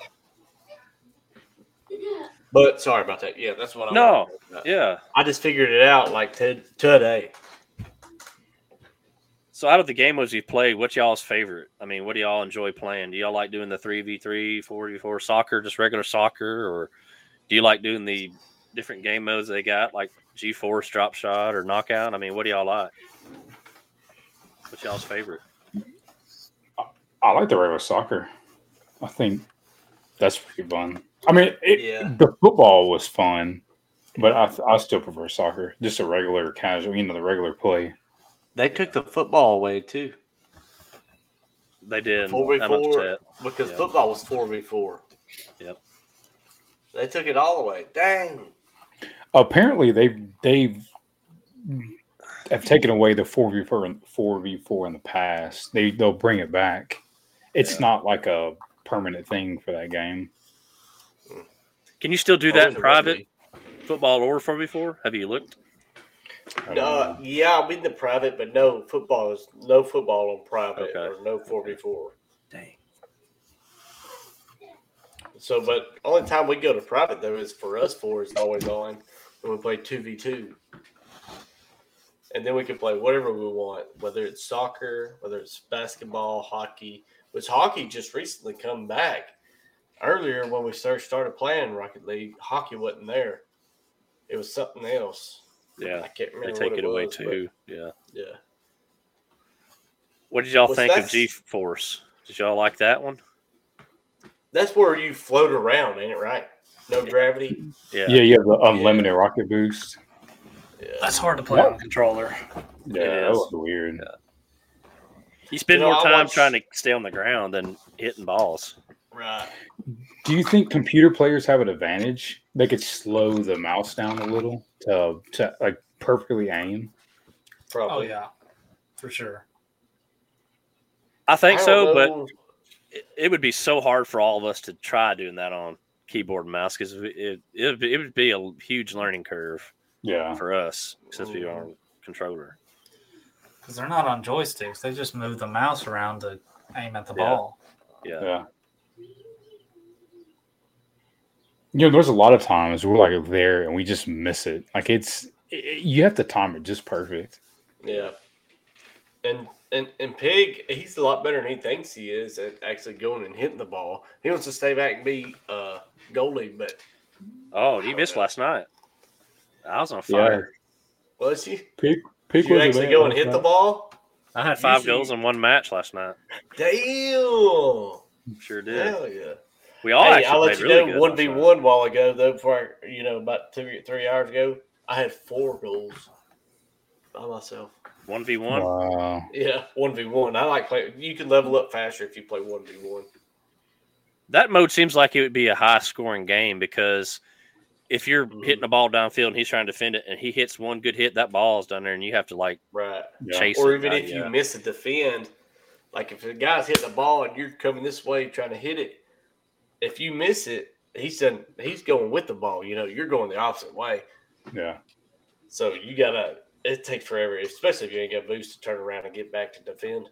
C: But sorry about that. Yeah, that's what I
A: No.
C: wanted to know.
A: Yeah.
C: I just figured it out like t- today.
A: So out of the game modes you've played, what's y'all's favorite? I mean, what do y'all enjoy playing? Do y'all like doing the 3v3, 4v4 soccer, just regular soccer? Or do you like doing the different game modes they got, like G-Force, Drop Shot, or Knockout? I mean, what do y'all like? What's y'all's favorite?
B: I like the regular soccer. I think that's pretty fun. I mean, it,
C: Yeah.
B: the football was fun, but I, I still prefer soccer. Just a regular casual, you know, the regular play.
C: They took the football away too.
A: They did.
C: Four v
A: I'm
C: four
A: upset.
C: because
A: Yeah.
C: football was four v four.
A: Yep.
C: They took it all away. Dang.
B: Apparently, they've they've have taken away the four v four four v four in the past. They they'll bring it back. It's
A: Yeah.
B: not like a permanent thing for that game.
A: Can you still do that in
C: Always a
A: private
C: remedy.
A: football or 4v4? Have you looked?
B: Um,
C: Uh, yeah, I'll be in the private, but no football is no football on private
A: Okay.
C: or no four v four.
A: Dang.
C: So, but only time we go to private though is for us four is always on when we play two v two, and then we can play whatever we want, whether it's soccer, whether it's basketball, hockey. Which hockey just recently come back. Earlier when we first started playing Rocket League, hockey wasn't there. It was something else.
A: Yeah.
C: I can't
A: They
C: remember.
A: take
C: what
A: it away
C: was, but
A: too. Yeah.
C: Yeah.
A: What did y'all
C: Well,
A: think of
C: that's-
A: G Force? Did y'all like that one?
C: That's where you float around, ain't it right? No gravity.
A: Yeah.
B: yeah, you have the unlimited rocket boost.
C: Yeah.
D: That's hard to play on controller.
B: Yeah,
A: It
B: that
A: is.
B: was weird.
A: You spend
C: You know,
A: more
C: I
A: time
C: watched-
A: trying to stay on the ground than hitting balls.
C: Right.
B: Do you think computer players have an advantage? They could slow the mouse down a little to to like perfectly aim.
D: Oh
C: Probably.
D: yeah, for sure.
A: I think
C: I
A: so,
C: don't
A: but
C: know.
A: it, it would be so hard for all of us to try doing that on keyboard and mouse because it, it, it, would be- it would be a huge learning curve
B: Yeah,
A: for us since we are on controller.
D: Because they're not on joysticks; they just move the mouse around to aim at the
A: Yeah.
D: ball.
A: Yeah.
B: yeah. You know, there's a lot of times we're like there and we just miss it. Like it's it- it- you have to time it just perfect.
C: Yeah. And and and Pig, he's a lot better than he thinks he is at actually going and hitting the ball. He wants to stay back and be uh goalie, but
A: Oh, you missed
C: Yeah.
A: last night. I was on fire.
C: was he?
B: Pick
C: Did
B: pick
C: you actually go and hit the ball?
A: I had five
C: Usually-
A: goals in one match last night.
C: Damn.
A: Sure did.
C: Hell yeah.
A: We all
C: hey,
A: actually
C: I'll
A: played
C: let you
A: really
C: know.
A: good
C: One
A: last
C: v
A: night.
C: one while ago, though, before I, you know, about two three hours ago, I had four goals by myself.
A: One v one.
B: Wow.
C: Yeah, one v one. I like play. You can level up faster if you play one v one.
A: That mode seems like it would be a high scoring game because if you're
C: Mm-hmm.
A: hitting a ball downfield and he's trying to defend it and he hits one good hit, that ball's down there and you have to like
C: Right.
B: Yeah.
A: chase
C: Or
A: it,
C: even
A: right?
C: if
A: Yeah.
C: you miss a defend, like if the guy's hitting the ball and you're coming this way trying to hit it, if you miss it, he's done, he's going with the ball. You know, you're going the opposite way.
B: Yeah.
C: So you gotta. It takes forever, especially if you ain't got boost to turn around and get back to defend.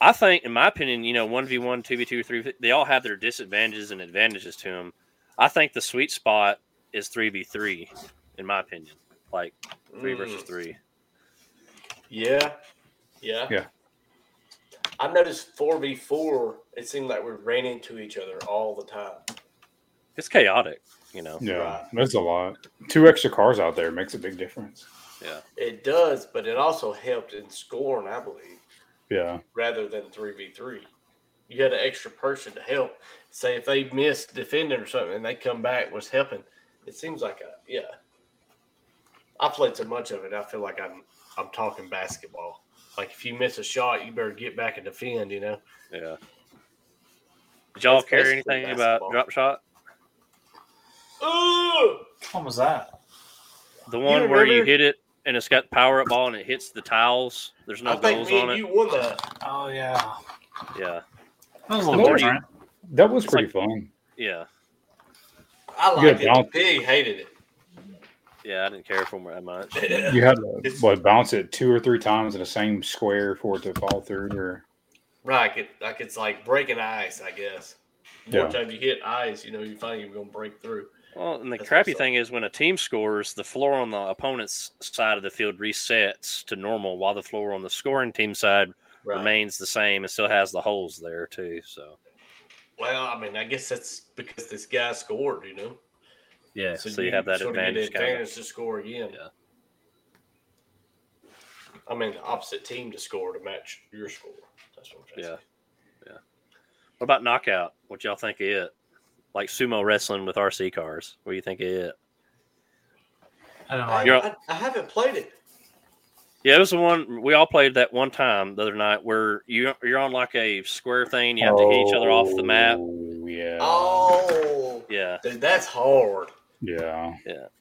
A: I think, in my opinion, you know, 1v1, 2v2, 3 they all have their disadvantages and advantages to them. I think the sweet spot is 3v3, in my opinion. Like 3
C: Mm.
A: versus 3.
C: Yeah. Yeah.
B: Yeah.
C: I noticed 4v4, it seemed like we ran into each other all the time.
A: It's chaotic, you know.
B: Yeah.
C: Right.
B: That's a lot. Two extra cars out there makes a big difference.
C: It does, but it also helped in scoring, I believe,
B: Yeah.
C: rather than 3v3. You had an extra person to help. Say if they missed defending or something and they come back was helping. It seems like a yeah. I played so much of it, I feel like I'm I'm talking basketball. Like if you miss a shot, you better get back and defend, you know.
A: Yeah. Did y'all
C: That's
A: care
C: basically
A: anything about
C: basketball.
A: drop shot?
C: Ugh!
D: What was that?
A: The one where you
C: remember?
A: hit it and it's got the power up ball and it hits the tiles. There's no
C: I think
A: goals
C: me
A: on
C: and
A: it.
C: you won that.
D: Oh yeah,
A: Yeah.
D: that was a
B: What
D: little
B: were
D: different.
B: That was
A: It's
B: pretty fun.
A: Yeah.
C: I
B: You
C: liked
B: gotta bounce.
C: it. Pig hated
A: Yeah. I didn't care for them that much.
C: it.
B: You had to
C: It's-
B: what, bounce it two or three times in the same square for it to fall through or
C: right, like, it, like it's like breaking ice, I guess. More
B: Yeah.
C: time you hit ice, you know, you find you're gonna break through.
A: Well, and the
C: That's
A: crappy
C: what's up.
A: thing is when a team scores, the floor on the opponent's side of the field resets to normal, while the floor on the scoring team side
C: Right.
A: remains the same and still has the holes there too. So
C: Well, I mean, I guess that's because this guy scored, you know.
A: yeah, so, you, have that
C: sort of get
A: advantage.
C: the
A: Kind of,
C: advantage to score again.
A: Yeah.
C: I mean, the opposite team to score to match your score. That's what I'm trying to
A: yeah,
C: say.
A: yeah. What about knockout? What y'all think of it? Like sumo wrestling with RC cars. What do you think of it?
D: I don't
C: I,
D: like.
A: You're-
C: I, I haven't played it.
A: Yeah, it was the one we all played that one time the other night where you you're on like a square thing. You have to hit each other off the map.
B: Oh, Yeah.
C: Oh,
A: Yeah,
C: dude, that's hard.
B: Yeah.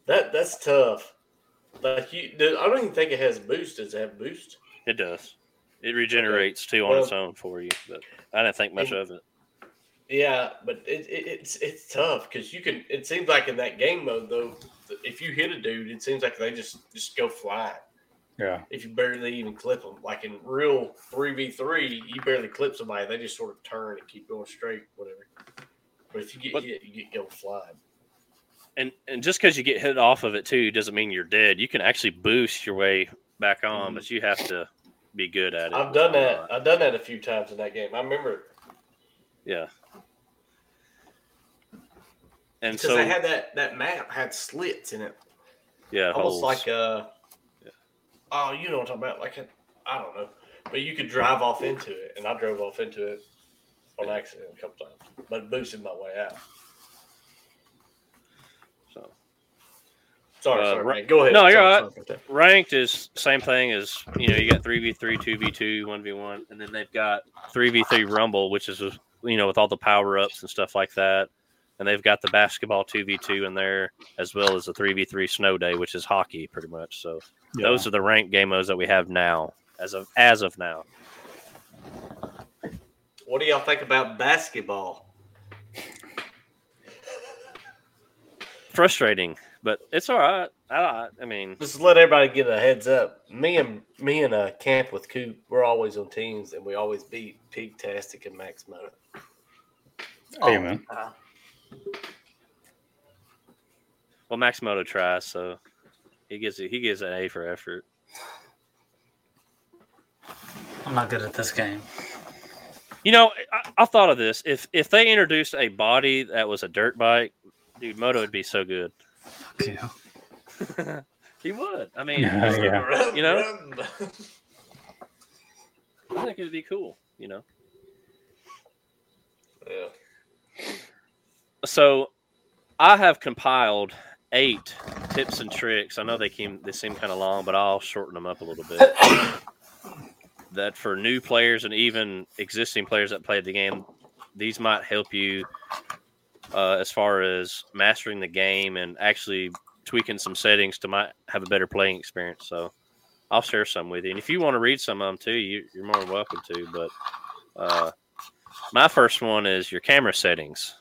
C: That that's tough. Like you, dude, I don't even think it has boost. Does it have boost?
A: it does. It regenerates too on
C: Well-
A: its own for you, but I didn't think much of it.
C: Yeah, but it, it, it's it's tough because you can. It seems like in that game mode though, th- if you hit a dude, it seems like they just just go fly.
B: Yeah.
C: If you barely even clip them, like in real three v three, you barely clip somebody. They just sort of turn and keep going straight, whatever. But if you get
A: But-
C: hit, you get go fly.
A: And and just because you get hit off of it too doesn't mean you're dead. You can actually boost your way back on, but you have to be good at it.
C: Mm-hmm. I've done
A: which I'm
C: that. uh,
A: not.
C: I've done that a few times in that game. I remember
A: Yeah. And
C: because
A: so
C: I had that that map had slits in it,
A: yeah,
C: almost
A: holes.
C: like a. Oh, you know what I'm talking about? Like a, I don't know, but you could drive off into it, and I drove off into it on accident a couple times, but boosted my way out.
A: so.
C: Sorry,
A: Uh,
C: sorry.
A: ra-
C: mate. Go ahead.
A: No, you're
C: Sorry,
A: all
C: sorry about that.
A: ranked is same thing as you know you got 3v3 2v2 1v1 and then they've got 3v3 rumble which is you know with all the power ups and stuff like that and they've got the basketball 2v2 in there as well as the 3v3 snow day which is hockey pretty much so those are the ranked game modes that we have now as of as of now
C: What do y'all think about basketball?
A: frustrating but it's all right i, I mean
C: Just to let everybody get a heads up. Me and me and uh, camp with Coop, we're always on teams, and we always beat Pig Tastic and Max Moda.
B: Hey, man.
A: well max moto tries so he gives he gives an a for effort
D: I'm not good at this game.
A: You know, I, I thought of this. If if they introduced a body that was a dirt bike, dude, Moto would be so good.
D: Fuck you.
A: he would. I mean,
B: Yeah.
A: You know? I think it would be cool. You know.
C: yeah.
A: So, I have compiled eight tips and tricks. I know they came they seem kind of long, but I'll shorten them up a little bit. that for new players and even existing players that played the game, these might help you uh, as far as mastering the game and actually tweaking some settings to might have a better playing experience. So I'll share some with you, and if you want to read some of them too, you, you're more than welcome to. But uh, my first one is your camera settings,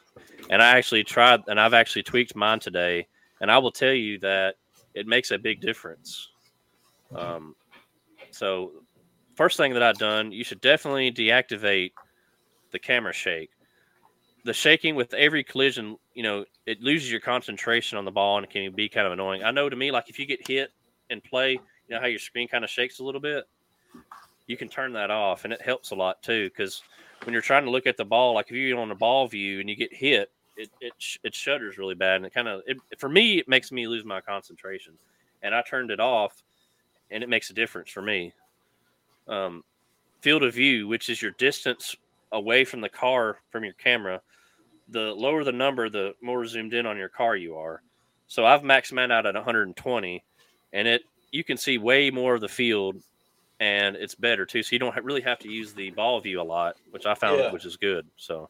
A: and I actually tried, and I've actually tweaked mine today, and I will tell you that it makes a big difference. Um, so first thing that I've done, you should definitely deactivate the camera shake. The shaking with every collision, you know, it loses your concentration on the ball and it can be kind of annoying. I know to me, like if you get hit and play, you know how your screen kind of shakes a little bit. You can turn that off, and it helps a lot too. Because when you're trying to look at the ball, like if you're on the ball view and you get hit, it it, sh- it shudders really bad, and it kind of it, for me it makes me lose my concentration. And I turned it off, and it makes a difference for me um, field of view, which is your distance away from the car from your camera, the lower the number, the more zoomed in on your car you are. So I've maxed mine out at 120, and it you can see way more of the field, and it's better too. So you don't ha- really have to use the ball view a lot, which I found
C: Yeah.
A: which is good. So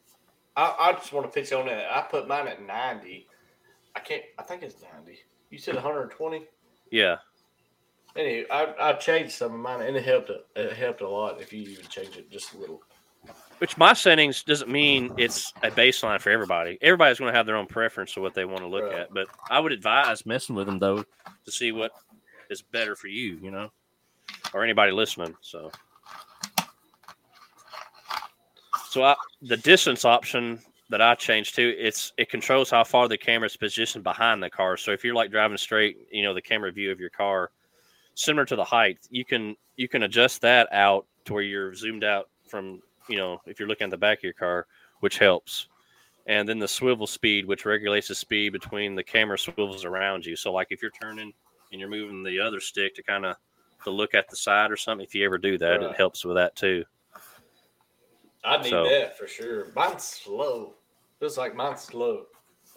C: I, I just want to pitch on that. I put mine at 90. I can't, I think it's 90. You said 120?
A: yeah,
C: Anyway, I, I changed some of mine and it helped, a- it helped a lot if you even change it just a little.
A: which my settings doesn't mean it's a baseline for everybody. Everybody's going to have their own preference of what they want to look
C: Right.
A: at, but I would advise messing with them though to see what is better for you, you know, or anybody listening. So, so I, the distance option that I changed to it's it controls how far the camera's positioned behind the car. So if you're like driving straight, you know, the camera view of your car similar to the height, you can you can adjust that out to where you're zoomed out from, you know, if you're looking at the back of your car, which helps. And then the swivel speed, which regulates the speed between the camera swivels around you. So like if you're turning and you're moving the other stick to kind of to look at the side or something, if you ever do that,
C: Right.
A: it helps with that too.
C: I need
A: So-
C: that for sure. Mine's slow. Just like mine's slow.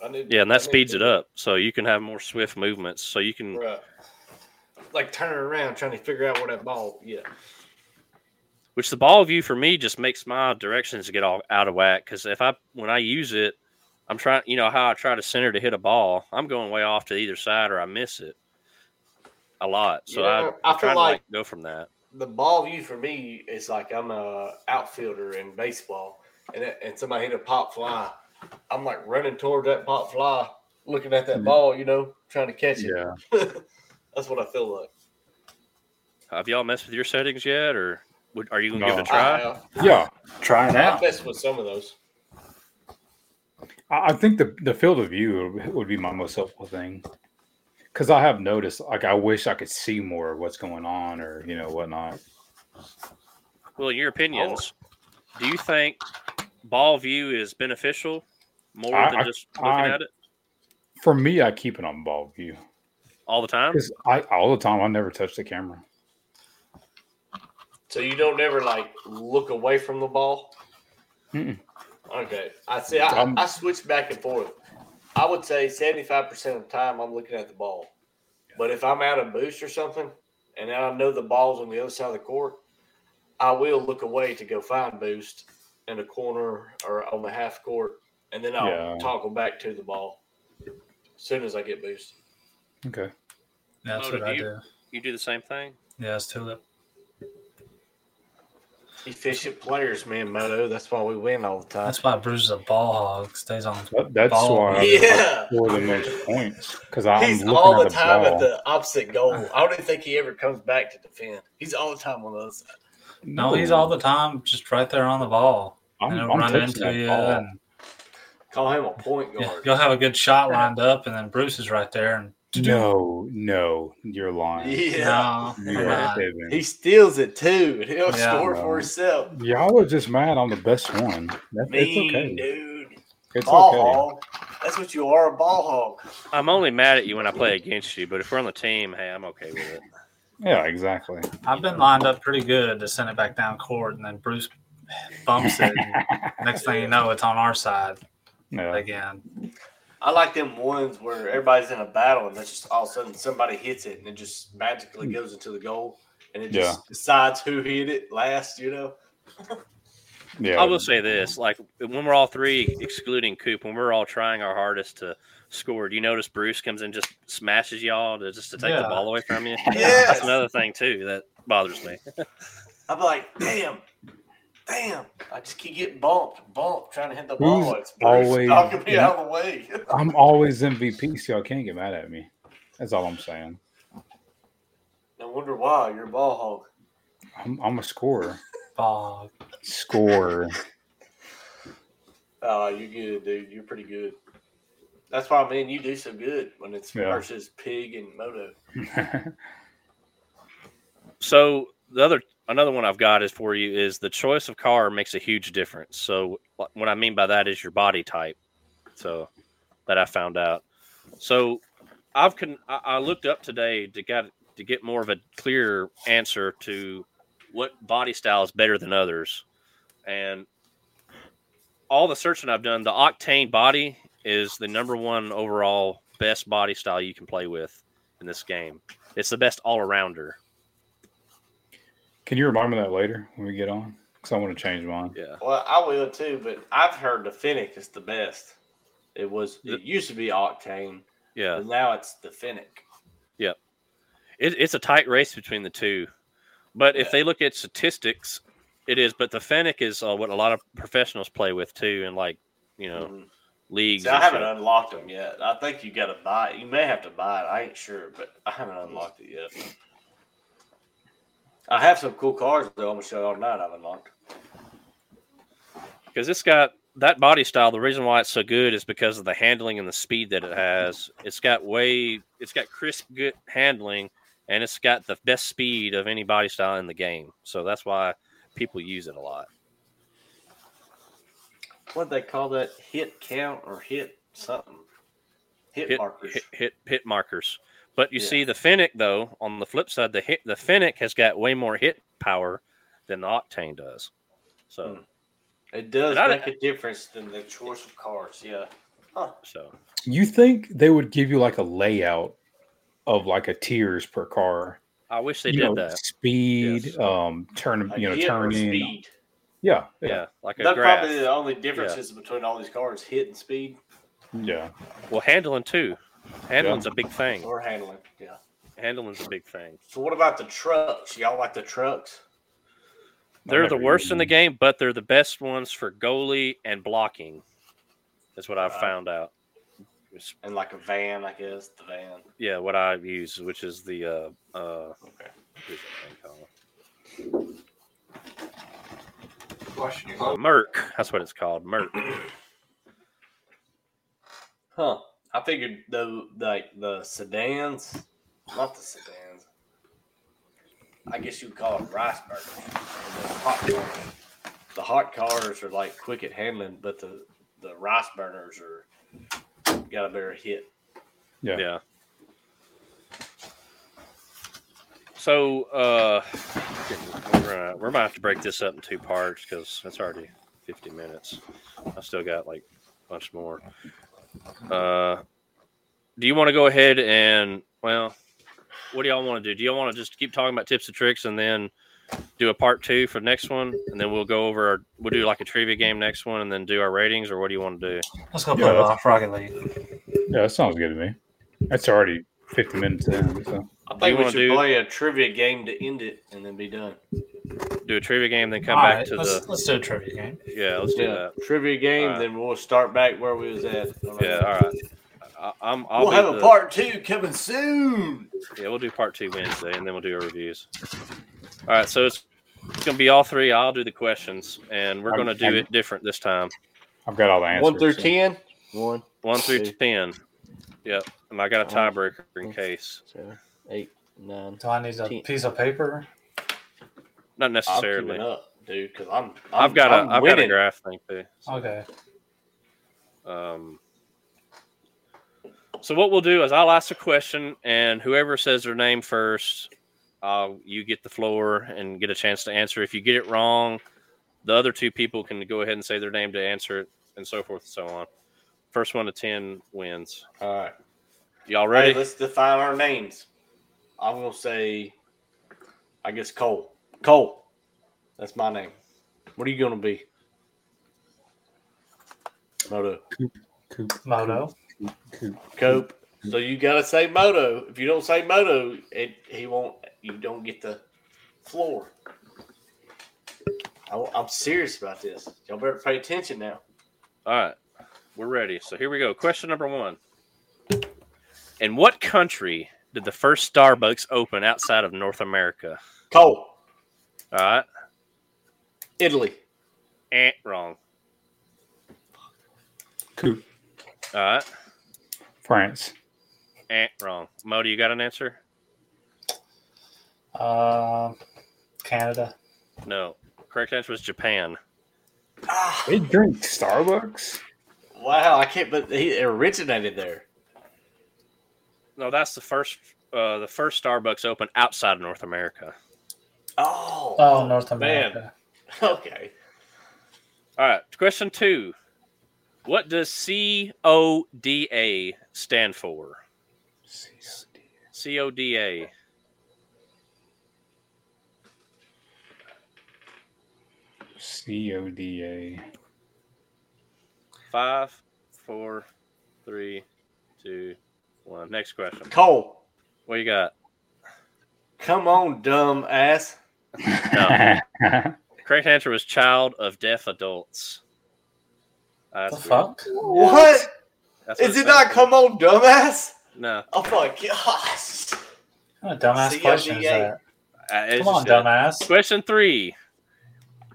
C: I need,
A: Yeah, and that
C: I need
A: speeds
C: to-
A: it up, so you can have more swift movements. So you can
C: Right. Like turning around trying to figure out where that ball, yeah.
A: which the ball view for me just makes my directions get all out of whack because if i when i use it i'm trying you know how i try to center to hit a ball i'm going way off to either side or i miss it a lot so
C: You
A: I,
C: know,
A: i'm
C: I feel
A: trying to like
C: like-
A: go from that
C: the ball view for me is like I'm a outfielder in baseball, and, it, and somebody hit a pop fly. I'm like running towards that pop fly, looking at that ball, you know, trying to catch it.
B: Yeah.
C: That's what I feel like.
A: Have y'all messed with your settings yet, or would, are you gonna give it
B: No.
A: a try?
C: I,
B: Yeah.
D: Try it
C: I
D: out.
C: mess with some of those.
B: I I think the, the field of view would- would be my most helpful thing. Cause I have noticed, like, I wish I could see more of what's going on or, you know, whatnot.
A: Well, in your opinions, do you think ball view is beneficial more
B: I-
A: than
B: I-
A: just looking
B: I-
A: at it
B: For me, I keep it on ball view
A: all the time?
B: because I all the time I never touch the camera.
C: So you don't ever like look away from the ball.
B: Mm-mm. Um,
C: Okay, I see. I,
B: I'm-
C: I switch back and forth. I would say seventy-five percent of the time I'm looking at the ball, but if I'm out of boost or something, and I know the ball's on the other side of the court, I will look away to go find boost in the corner or on the half court, and then I'll
B: Yeah.
C: toggle back to the ball as soon as I get boost.
B: Okay.
D: That's
A: Loaded
D: what I
A: you.
D: do.
A: You do the same thing.
D: Yeah, it's tulip.
C: Efficient players, me and Moto. That's why we win all the time.
D: That's why Bruce is a ball hog. Stays on.
B: That- that's
D: Ball
B: why I
C: Yeah.
B: score the most points because I'm
C: He's
B: looking
C: all
B: at
C: the
B: the
C: time
B: ball.
C: at the opposite goal. I don't even think he ever comes back to defend. He's all the time on the other side.
D: No, he's all the time just right there on the ball.
B: I'm,
D: and he'll
B: I'm
D: run
B: touching
D: into
B: that
D: you.
B: ball.
D: And
C: Call him a point
D: yeah,
C: guard.
D: you'll have a good shot lined up, and then Bruce is right there. And
B: No, no, you're lying.
C: Yeah.
D: no,
B: You
D: come
B: are
D: on.
B: kidding.
C: He steals it too, and he'll
D: Yeah.
C: score for himself.
B: Y'all are just mad I'm the best one. That, it's
C: Mean
B: okay.
C: dude.
B: It's
C: ball
B: okay.
C: hog. That's what you are, a ball hog.
A: I'm only mad at you when I play against you, but if we're on the team, hey, I'm okay with it.
B: Yeah, exactly.
D: I've been lined up pretty good to send it back down court, and then Bruce bumps it. and next thing you know, it's on our side
B: No,
D: again.
C: I like them ones where everybody's in a battle and that's just all of a sudden somebody hits it and it just
B: Hmm.
C: magically goes into the goal and it just decides who hit it last, you know?
B: yeah.
A: I will say this: like when we're all three, excluding Coop, when we're all trying our hardest to score, do you notice Bruce comes in just smashes y'all to, just to take
D: Yeah.
A: the ball away from you?
C: Yes.
A: That's another thing too that bothers me.
C: I'm like, damn, damn. I just keep getting bumped, bumped, trying to hit the
B: Who's
C: ball. It's Bruce
B: always-
C: knocking me out of the way.
B: I'm always MVP, so y'all can't get mad at me. That's all I'm saying.
C: no wonder why you're a ball hog.
B: I'm, I'm a scorer.
D: Ball hog.
B: Scorer.
C: Oh, you're good, dude. You're pretty good. That's why, man, you do so good when it's
B: Yeah.
C: versus pig and moto.
A: So the other another one I've got is for you is the choice of car makes a huge difference. So wh- what I mean by that is your body type. So that I found out. So I've con- I, I looked up today to get to get more of a clear answer to what body style is better than others, and all the searching I've done, the Octane body is the number one overall best body style you can play with in this game. It's the best all arounder.
B: Can you remind me of that later when we get on? Because I want to change mine.
A: Yeah.
C: Well, I will too, but I've heard the Finnick is the best. It was, it used to be Octane,
A: Yeah,
C: but now it's the Finnick.
A: it, it's a tight race between the two. But
C: Yeah.
A: if they look at statistics, it is. But the Fennec is uh, what a lot of professionals play with too, in like you know
C: Mhm.
A: leagues.
C: See, I
A: and
C: haven't
A: shit.
C: unlocked them yet. I think you got to buy it. You may have to buy it. I ain't sure, but I haven't unlocked it yet. I have some cool cars though. I'm gonna show y'all tonight. I've unlocked.
A: because it's got that body style. The reason why it's so good is because of the handling and the speed that it has. It's got way, it's got crisp, good handling, and it's got the best speed of any body style in the game. So that's why people use it a lot.
C: What they call that? Hit count or hit something? Hit,
A: Hit-
C: markers.
A: hit hit, hit markers. But you
C: Yeah.
A: see the Finnick though, on the flip side, the hit the Finnick has got way more hit power than the Octane does. So
C: Hmm. It does
A: But I-
C: make a difference than the choice of cars. Yeah.
A: so
B: You think they would give you like a layout of like a tiers per car?
A: I wish they
B: you
A: did
B: know,
A: that.
B: speed,
A: Yes.
B: um, turn,
C: Like
B: you know,
C: hit or
B: turning.
C: speed.
B: Yeah,
A: Yeah,
B: yeah,
A: like a
C: That's probably
A: graph.
C: the only differences between all these cars: hit and speed
B: yeah.
C: uh,
A: Well, handling too. Handling's a big thing.
C: or handling. Yeah.
A: Handling's a big thing.
C: So what about the trucks? Y'all like the trucks?
A: They're the
B: never
A: worst
B: even-
A: in the game, but they're the best ones for goalie and blocking. That's what I
C: Wow.
A: found out. It's-
C: And like a van, I guess. The van.
A: yeah, what I use, which is the uh, uh,
C: Okay.
A: what is that thing called?
F: Washing your
A: Uh,
F: clothes.
A: Merc. That's what it's called, Merc.
C: Huh. I figured the like the sedans, not the sedans. I guess you would call it rice burgers. and The hot, ones. the hot cars are like quick at handling, but the the rice burners are got a better hit.
B: Yeah.
A: Yeah. So uh, we're, gonna, we're gonna have to break this up in two parts because that's already 50 minutes. I still got like a bunch more. Uh, do you want to go ahead and well, what do y'all want to do? Do y'all want to just keep talking about tips and tricks and then do a part two for the next one, and then we'll go over our we'll do like a trivia game next one, and then do our ratings, or what do you want to do?
D: Let's go
B: Yeah,
D: play
B: that's-
D: off Rocket League.
B: Yeah, that sounds good to me. That's already 50 minutes in. So.
C: I
A: You
C: think we
A: wanna
C: should
A: do-
C: play a trivia game to end it and then be done.
A: Do a trivia game, then come
D: All
A: back
D: right,
A: to
D: let's,
A: the
D: let's do a trivia game.
A: yeah. Let's do that.
C: trivia game.
A: Alright.
C: Then we'll start back where we was at.
A: Yeah, all right. I, I'm. I'll
C: we'll
A: be
C: have a
A: the-
C: part two coming soon.
A: Yeah, we'll do part two Wednesday, and then we'll do our reviews. All right, so it's, it's going to be all three. I'll do the questions, and we're
B: I'm-
A: going to do
B: I'm-
A: it different this time.
B: I've got all the answers.
C: One through
B: so-
C: ten. One,
A: One through
C: Okay. Um,
A: ten. Yep, and I got a
C: One,
A: tiebreaker in
C: two.
A: case.
C: seven, eight, nine.
D: Do I need a
C: Team.
D: piece of paper?
A: Not
C: I'm keeping
A: necessarily.
C: up, dude, because I'm, i
A: I've got a. I've
C: I'm
A: got a
C: winning.
A: graph thing too.
D: Okay.
A: Um, so what we'll do is I'll ask a question, and whoever says their name first, uh, you get the floor and get a chance to answer. If you get it wrong, the other two people can go ahead and say their name to answer it, and so forth and so on. First one to ten wins.
C: All right,
A: Y'all
C: ready?
A: ready?
C: let's define our names. I'm gonna say, I guess Cole. Cole, that's my name. What are you gonna be? Moto.
B: Coop,
D: Moto.
B: coop.
C: Cope. So you gotta say Moto. If you don't say Moto, it he won't. You don't get the floor. I, am serious about this. Y'all better pay attention now.
A: All right, we're ready. So here we go. Question number one: In what country did the first Starbucks open outside of North America?
C: Cole,
A: All right,
C: Italy.
A: eh, wrong.
B: Coop.
A: All right.
B: France.
A: Eh, wrong. Mo, do you got an answer?
D: Uh, Canada.
A: No. Correct answer was Japan.
C: Ah,
B: They drink Starbucks?
C: wow, I can't. But he originated there.
A: No, that's the first uh, the first Starbucks open outside of North America.
C: Oh,
D: Oh, North
C: man.
D: America.
C: Okay.
A: All right. Question two. What does C O D A stand for? C O D A.
B: C O D A.
A: Five, four, three, two, one. Next question.
C: Cole,
A: What you got?
C: come on, dumb ass.
A: No. Correct answer was child of deaf adults. Uh,
D: The
A: that's weird.
D: fuck?
C: What?
A: That's what
C: Is it
A: says.
C: not? Come on, dumbass.
A: No. uh,
C: Oh my gosh.
D: What a dumbass
C: CLDA.
D: question is that?
A: Uh, it's
D: Come on,
A: just a-
D: dumbass.
A: Question three.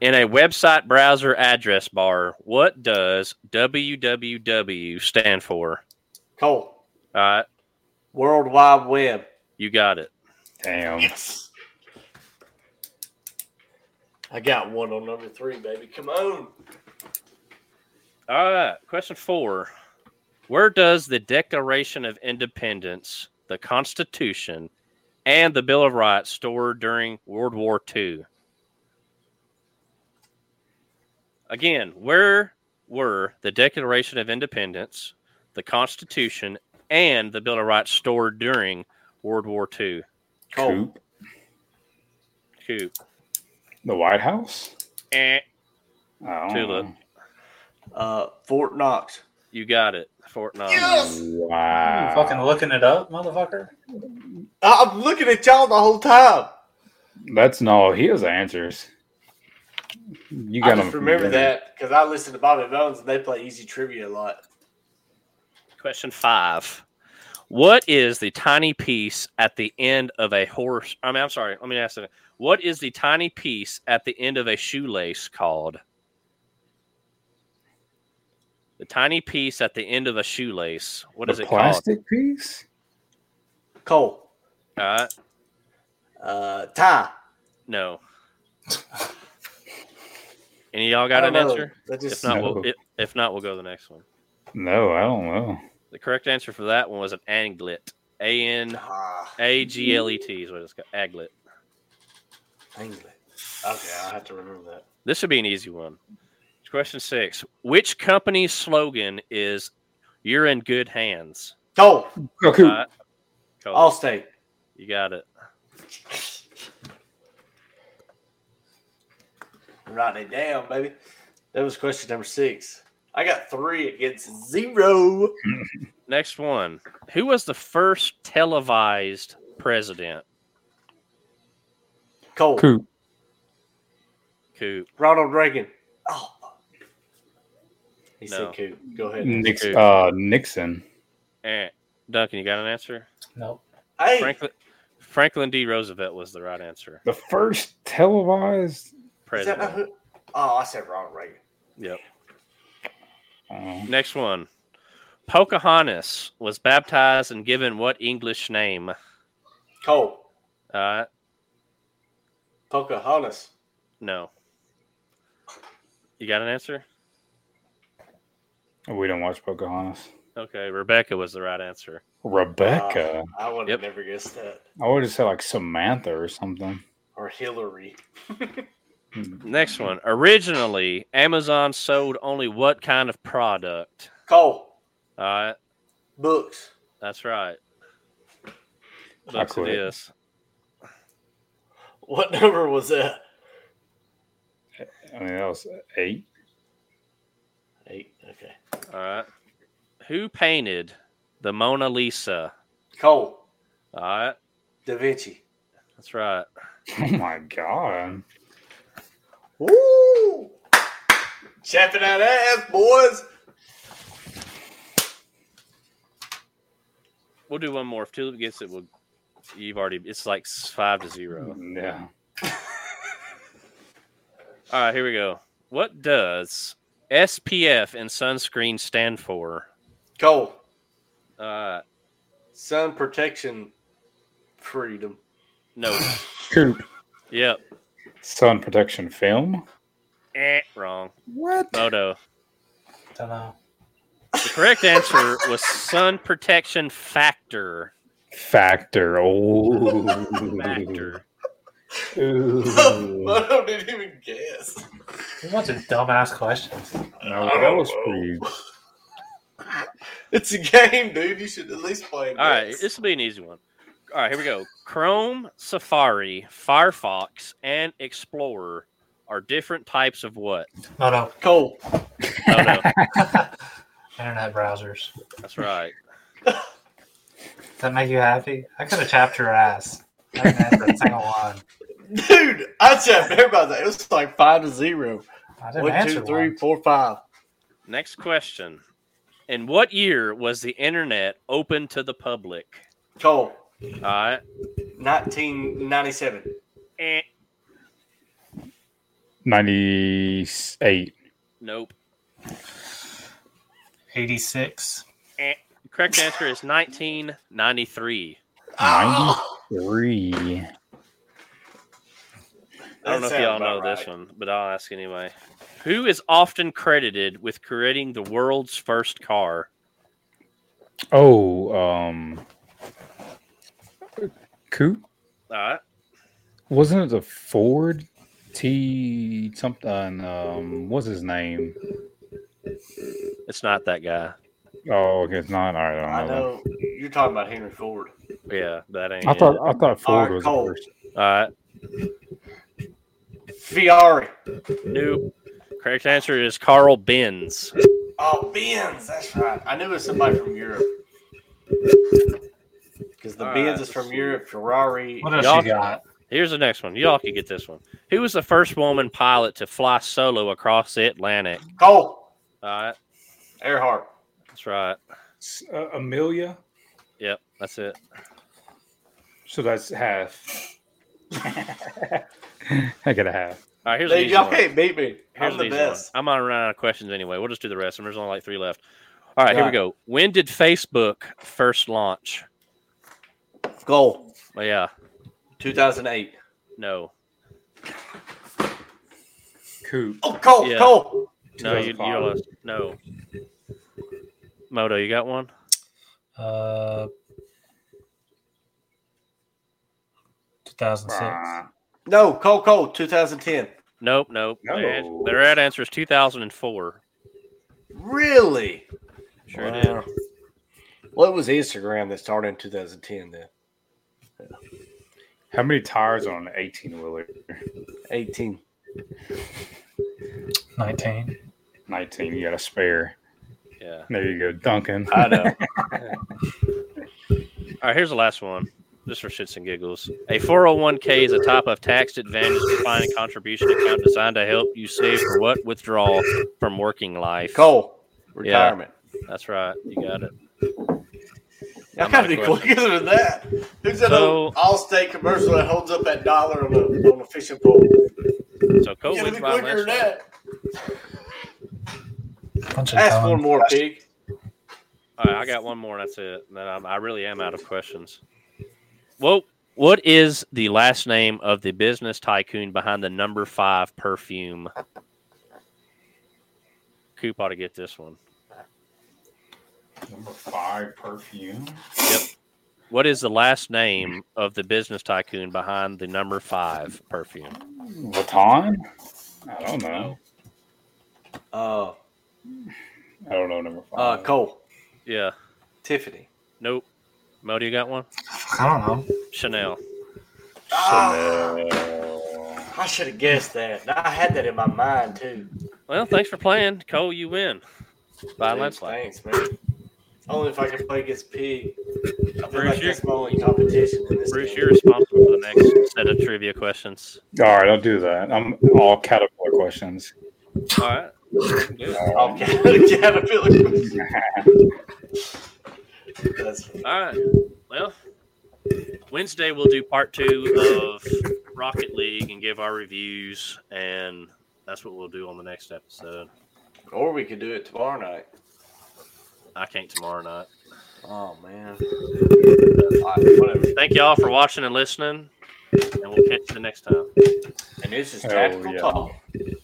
A: In a website browser address bar, what does www stand for?
C: Cole,
A: All right,
C: World Wide Web.
A: you got it.
C: Oh.
B: Damn.
C: Yes. I got one on number three, baby. Come on.
A: All right, question four. Where does the Declaration of Independence, the Constitution, and the Bill of Rights stored during World War II? Again, where were the Declaration of Independence, the Constitution, and the Bill of Rights stored during World War II?
C: Cole.
B: Coop.
A: Coop.
B: The White House?
A: Eh,
B: I don't
A: Tulip.
B: know.
C: Uh, Fort Knox.
A: you got it. Fort Knox.
D: You
B: Wow.
D: fucking looking it up, motherfucker.
C: I- I'm looking at y'all the whole time.
B: That's no. He has answers. You
C: I
B: got
C: just
B: them.
C: remember that because I listen to Bobby Bones and they play easy trivia a lot.
A: Question five. What is the tiny piece at the end of a horse? I mean, I'm sorry. Let me ask it. What is the tiny piece at the end of a shoelace called? The tiny piece at the end of a shoelace. What is
B: the
A: it
B: plastic piece?
C: Cole,
A: called? Uh,
C: uh, Ty.
A: no. Any of y'all got
C: I
A: an
C: don't know.
A: answer?
C: That
A: If
C: just
A: not, we'll,
B: No.
A: if- if not, we'll go to the next one.
B: No, I don't know.
A: The correct answer for that one was an anglet. A N
C: Ah,
A: A G L E T is what it's called. Aglet.
C: England. Okay, I'll have to remember that.
A: This should be an easy one. Question six. Which company's slogan is you're in good hands?
C: Cole,
B: Okay.
A: All right.
C: Oh,
A: Cole,
C: Allstate.
A: You got it.
C: I'm writing it down, baby. That was question number six. I got three against zero.
A: Next one. Who was the first televised president?
C: Cole,
B: Coop.
A: Coop.
C: Ronald Reagan. Oh. He
A: No.
C: said Coop. Go ahead.
B: Nix,
A: Coop.
B: uh, Nixon.
A: Eh. Duncan, you got an answer?
D: Nope.
C: Hey,
A: Franklin Franklin D. Roosevelt was the right answer.
B: The first televised.
C: is that
A: President.
C: not who- Oh, I said Ronald Reagan.
A: Yep.
B: Uh,
A: Next one. Pocahontas was baptized and given what English name?
C: Cole,
A: Uh,
C: Pocahontas.
A: no. You got an answer?
B: we don't watch Pocahontas.
A: Okay, Rebecca was the right answer.
B: Rebecca.
C: I would
A: Yep.
C: have never guessed that.
B: I would have said like Samantha or something.
C: Or Hillary.
A: Next one. Originally, Amazon sold only what kind of product?
C: Cole,
A: All right,
C: books.
A: that's right.
B: I
A: Books it
B: quit.
A: is.
C: What number was that?
B: I mean, that was eight.
C: Eight. Okay.
A: All right. Who painted the Mona Lisa?
C: Cole,
A: All right,
C: Da Vinci.
A: that's right.
B: Oh my god.
C: Woo! Chapping that ass, boys.
A: We'll do one more. If Tulip gets it, we'll. You've already. It's like s- five to zero.
B: Yeah.
A: All right, here we go. What does SPF in sunscreen stand for?
C: Cole,
A: Uh,
C: sun protection freedom.
A: no.
B: Coop.
A: yep.
B: Sun protection film.
A: Eh, wrong.
B: What?
A: Moto.
D: Don't know.
A: The correct answer was sun protection factor.
B: Factor. Oh.
A: Factor.
B: Ooh.
C: Moto didn't even guess.
D: A bunch of dumbass questions.
B: No, that was pretty.
C: It's a game, dude. You should at least play it.
A: All right, this will be an easy one. All right, here we go. Chrome, Safari, Firefox, and Explorer are different types of what?
D: Oh no.
C: Cole.
A: Moto.
D: Internet browsers.
A: That's right.
D: Does that make you happy? I could have tapped your ass. I didn't answer a single one.
C: Dude, I said everybody's like, it was like five to zero.
D: I didn't
C: One,
D: answer
C: two, three,
D: one.
C: four, five.
A: Next question. In what year was the internet open to the public?
C: Cole,
A: All right.
C: 1997.
A: Eh,
B: 98.
A: nope.
D: Eighty-six.
A: The correct answer is 1993.
B: Ah! 93.
A: I don't know if
C: That
A: y'all
C: sounds
A: know
C: about
A: this
C: right.
A: one, but I'll ask anyway. Who is often credited with creating the world's first car?
B: Oh, um. Coop?
A: All right.
B: Wasn't it the Ford T something? Um, what's his name?
A: It's not that guy.
B: Oh, okay, it's not. All right, I don't
C: I
B: know.
C: know you're talking about Henry Ford.
A: Yeah, that ain't.
B: I,
A: it.
B: thought I thought Ford
C: Alright,
B: was
C: Cole.
B: the first.
A: All right.
C: Fiore.
A: Nope. Correct answer is Carl Benz.
C: Oh, Benz. That's right. I knew it was somebody from Europe. Because the
A: All
C: Benz
A: right,
C: is from
A: let's
C: Europe. Ferrari.
D: What else
A: Y'all-
D: you got?
A: Here's the next one. Y'all could get this one. Who was the first woman pilot to fly solo across the Atlantic?
C: Cole
A: All right,
C: Earhart.
A: that's right.
B: S- Uh, Amelia.
A: Yep, that's it.
B: So that's half. I got a half.
A: All right, here's an
C: Dude,
A: easy
C: y'all
A: one.
C: can't beat me.
A: Here's
C: I'm
A: an
C: the
A: easy
C: best.
A: One. I'm gonna run out of questions anyway. We'll just do the rest. And there's only like three left. All right, here we
C: Right.
A: go. When did Facebook first launch?
C: Goal.
A: Well, yeah,
C: 2008.
A: no,
B: Coop.
C: Oh, Cole.
A: Yeah.
C: Cole.
A: no, you, you
B: 2005.
A: lost. No. Moto, you got one?
D: Uh, 2006.
B: Ah,
C: No, Cole. Cole. 2010.
A: Nope, nope.
B: No.
A: Their ad- Their right answer is 2004.
C: Really?
A: Sure did.
C: Well, it was Instagram that started in 2010. Then
B: How many tires are on an 18 wheeler?
C: 18.
D: 19.
B: 19. You got a spare.
A: Yeah.
B: There you go, Duncan.
C: I know.
A: All right, here's the last one. Just for shits and giggles. A 401k is a type of tax advantage defined contribution account designed to help you save for what withdrawal from working life.
C: Cole. Retirement.
A: That's right. You got it.
C: I gotta be
A: I'm not
C: quicker than that. Who's that
A: So-
C: old Allstate commercial that holds up that dollar on a, on a fishing pole?
A: So
C: You gotta
A: COVID's
C: be
A: Oh, my
C: quicker than
A: last one.
C: that.
D: Bunch of
C: Ask
D: dumb-
C: one more, pig.
A: All right, I got one more, and that's it. And then I'm, I really am out of questions. Well, what is the last name of the business tycoon behind the number five perfume? Coop ought to get this one.
B: Number five perfume.
A: What is the last name of the business tycoon behind the number five perfume?
B: Vuitton? I don't know.
C: Uh,
B: I don't know number five.
C: uh, Cole.
A: Yeah.
C: Tiffany.
A: Nope. Mo, do you got one?
D: I don't know.
A: Chanel.
B: Chanel.
C: Ah, I should have guessed that. I had that in my mind too.
A: Well, thanks for playing. Cole, you win. By a
C: Dude,
A: landslide.
C: Thanks, man. Only if I can play against Pig. I feel
A: Bruce,
C: like
A: you're-
C: that's my only competition in this
A: Bruce,
C: game.
A: you're responsible for the next set of trivia questions.
B: All right, I'll do that. I'm all caterpillar questions.
A: All right. Do it.
C: Oh, Caterpillar. That's funny.
A: All right. Well, Wednesday we'll do part two of Rocket League and give our reviews, and that's what we'll do on the next episode.
C: Or we could do it tomorrow night.
A: I can't tomorrow night.
C: Oh man. All right, whatever.
A: Thank y'all for watching and listening, and we'll catch you next time.
C: And this is
B: Hell
C: tactical
B: yeah.
C: talk.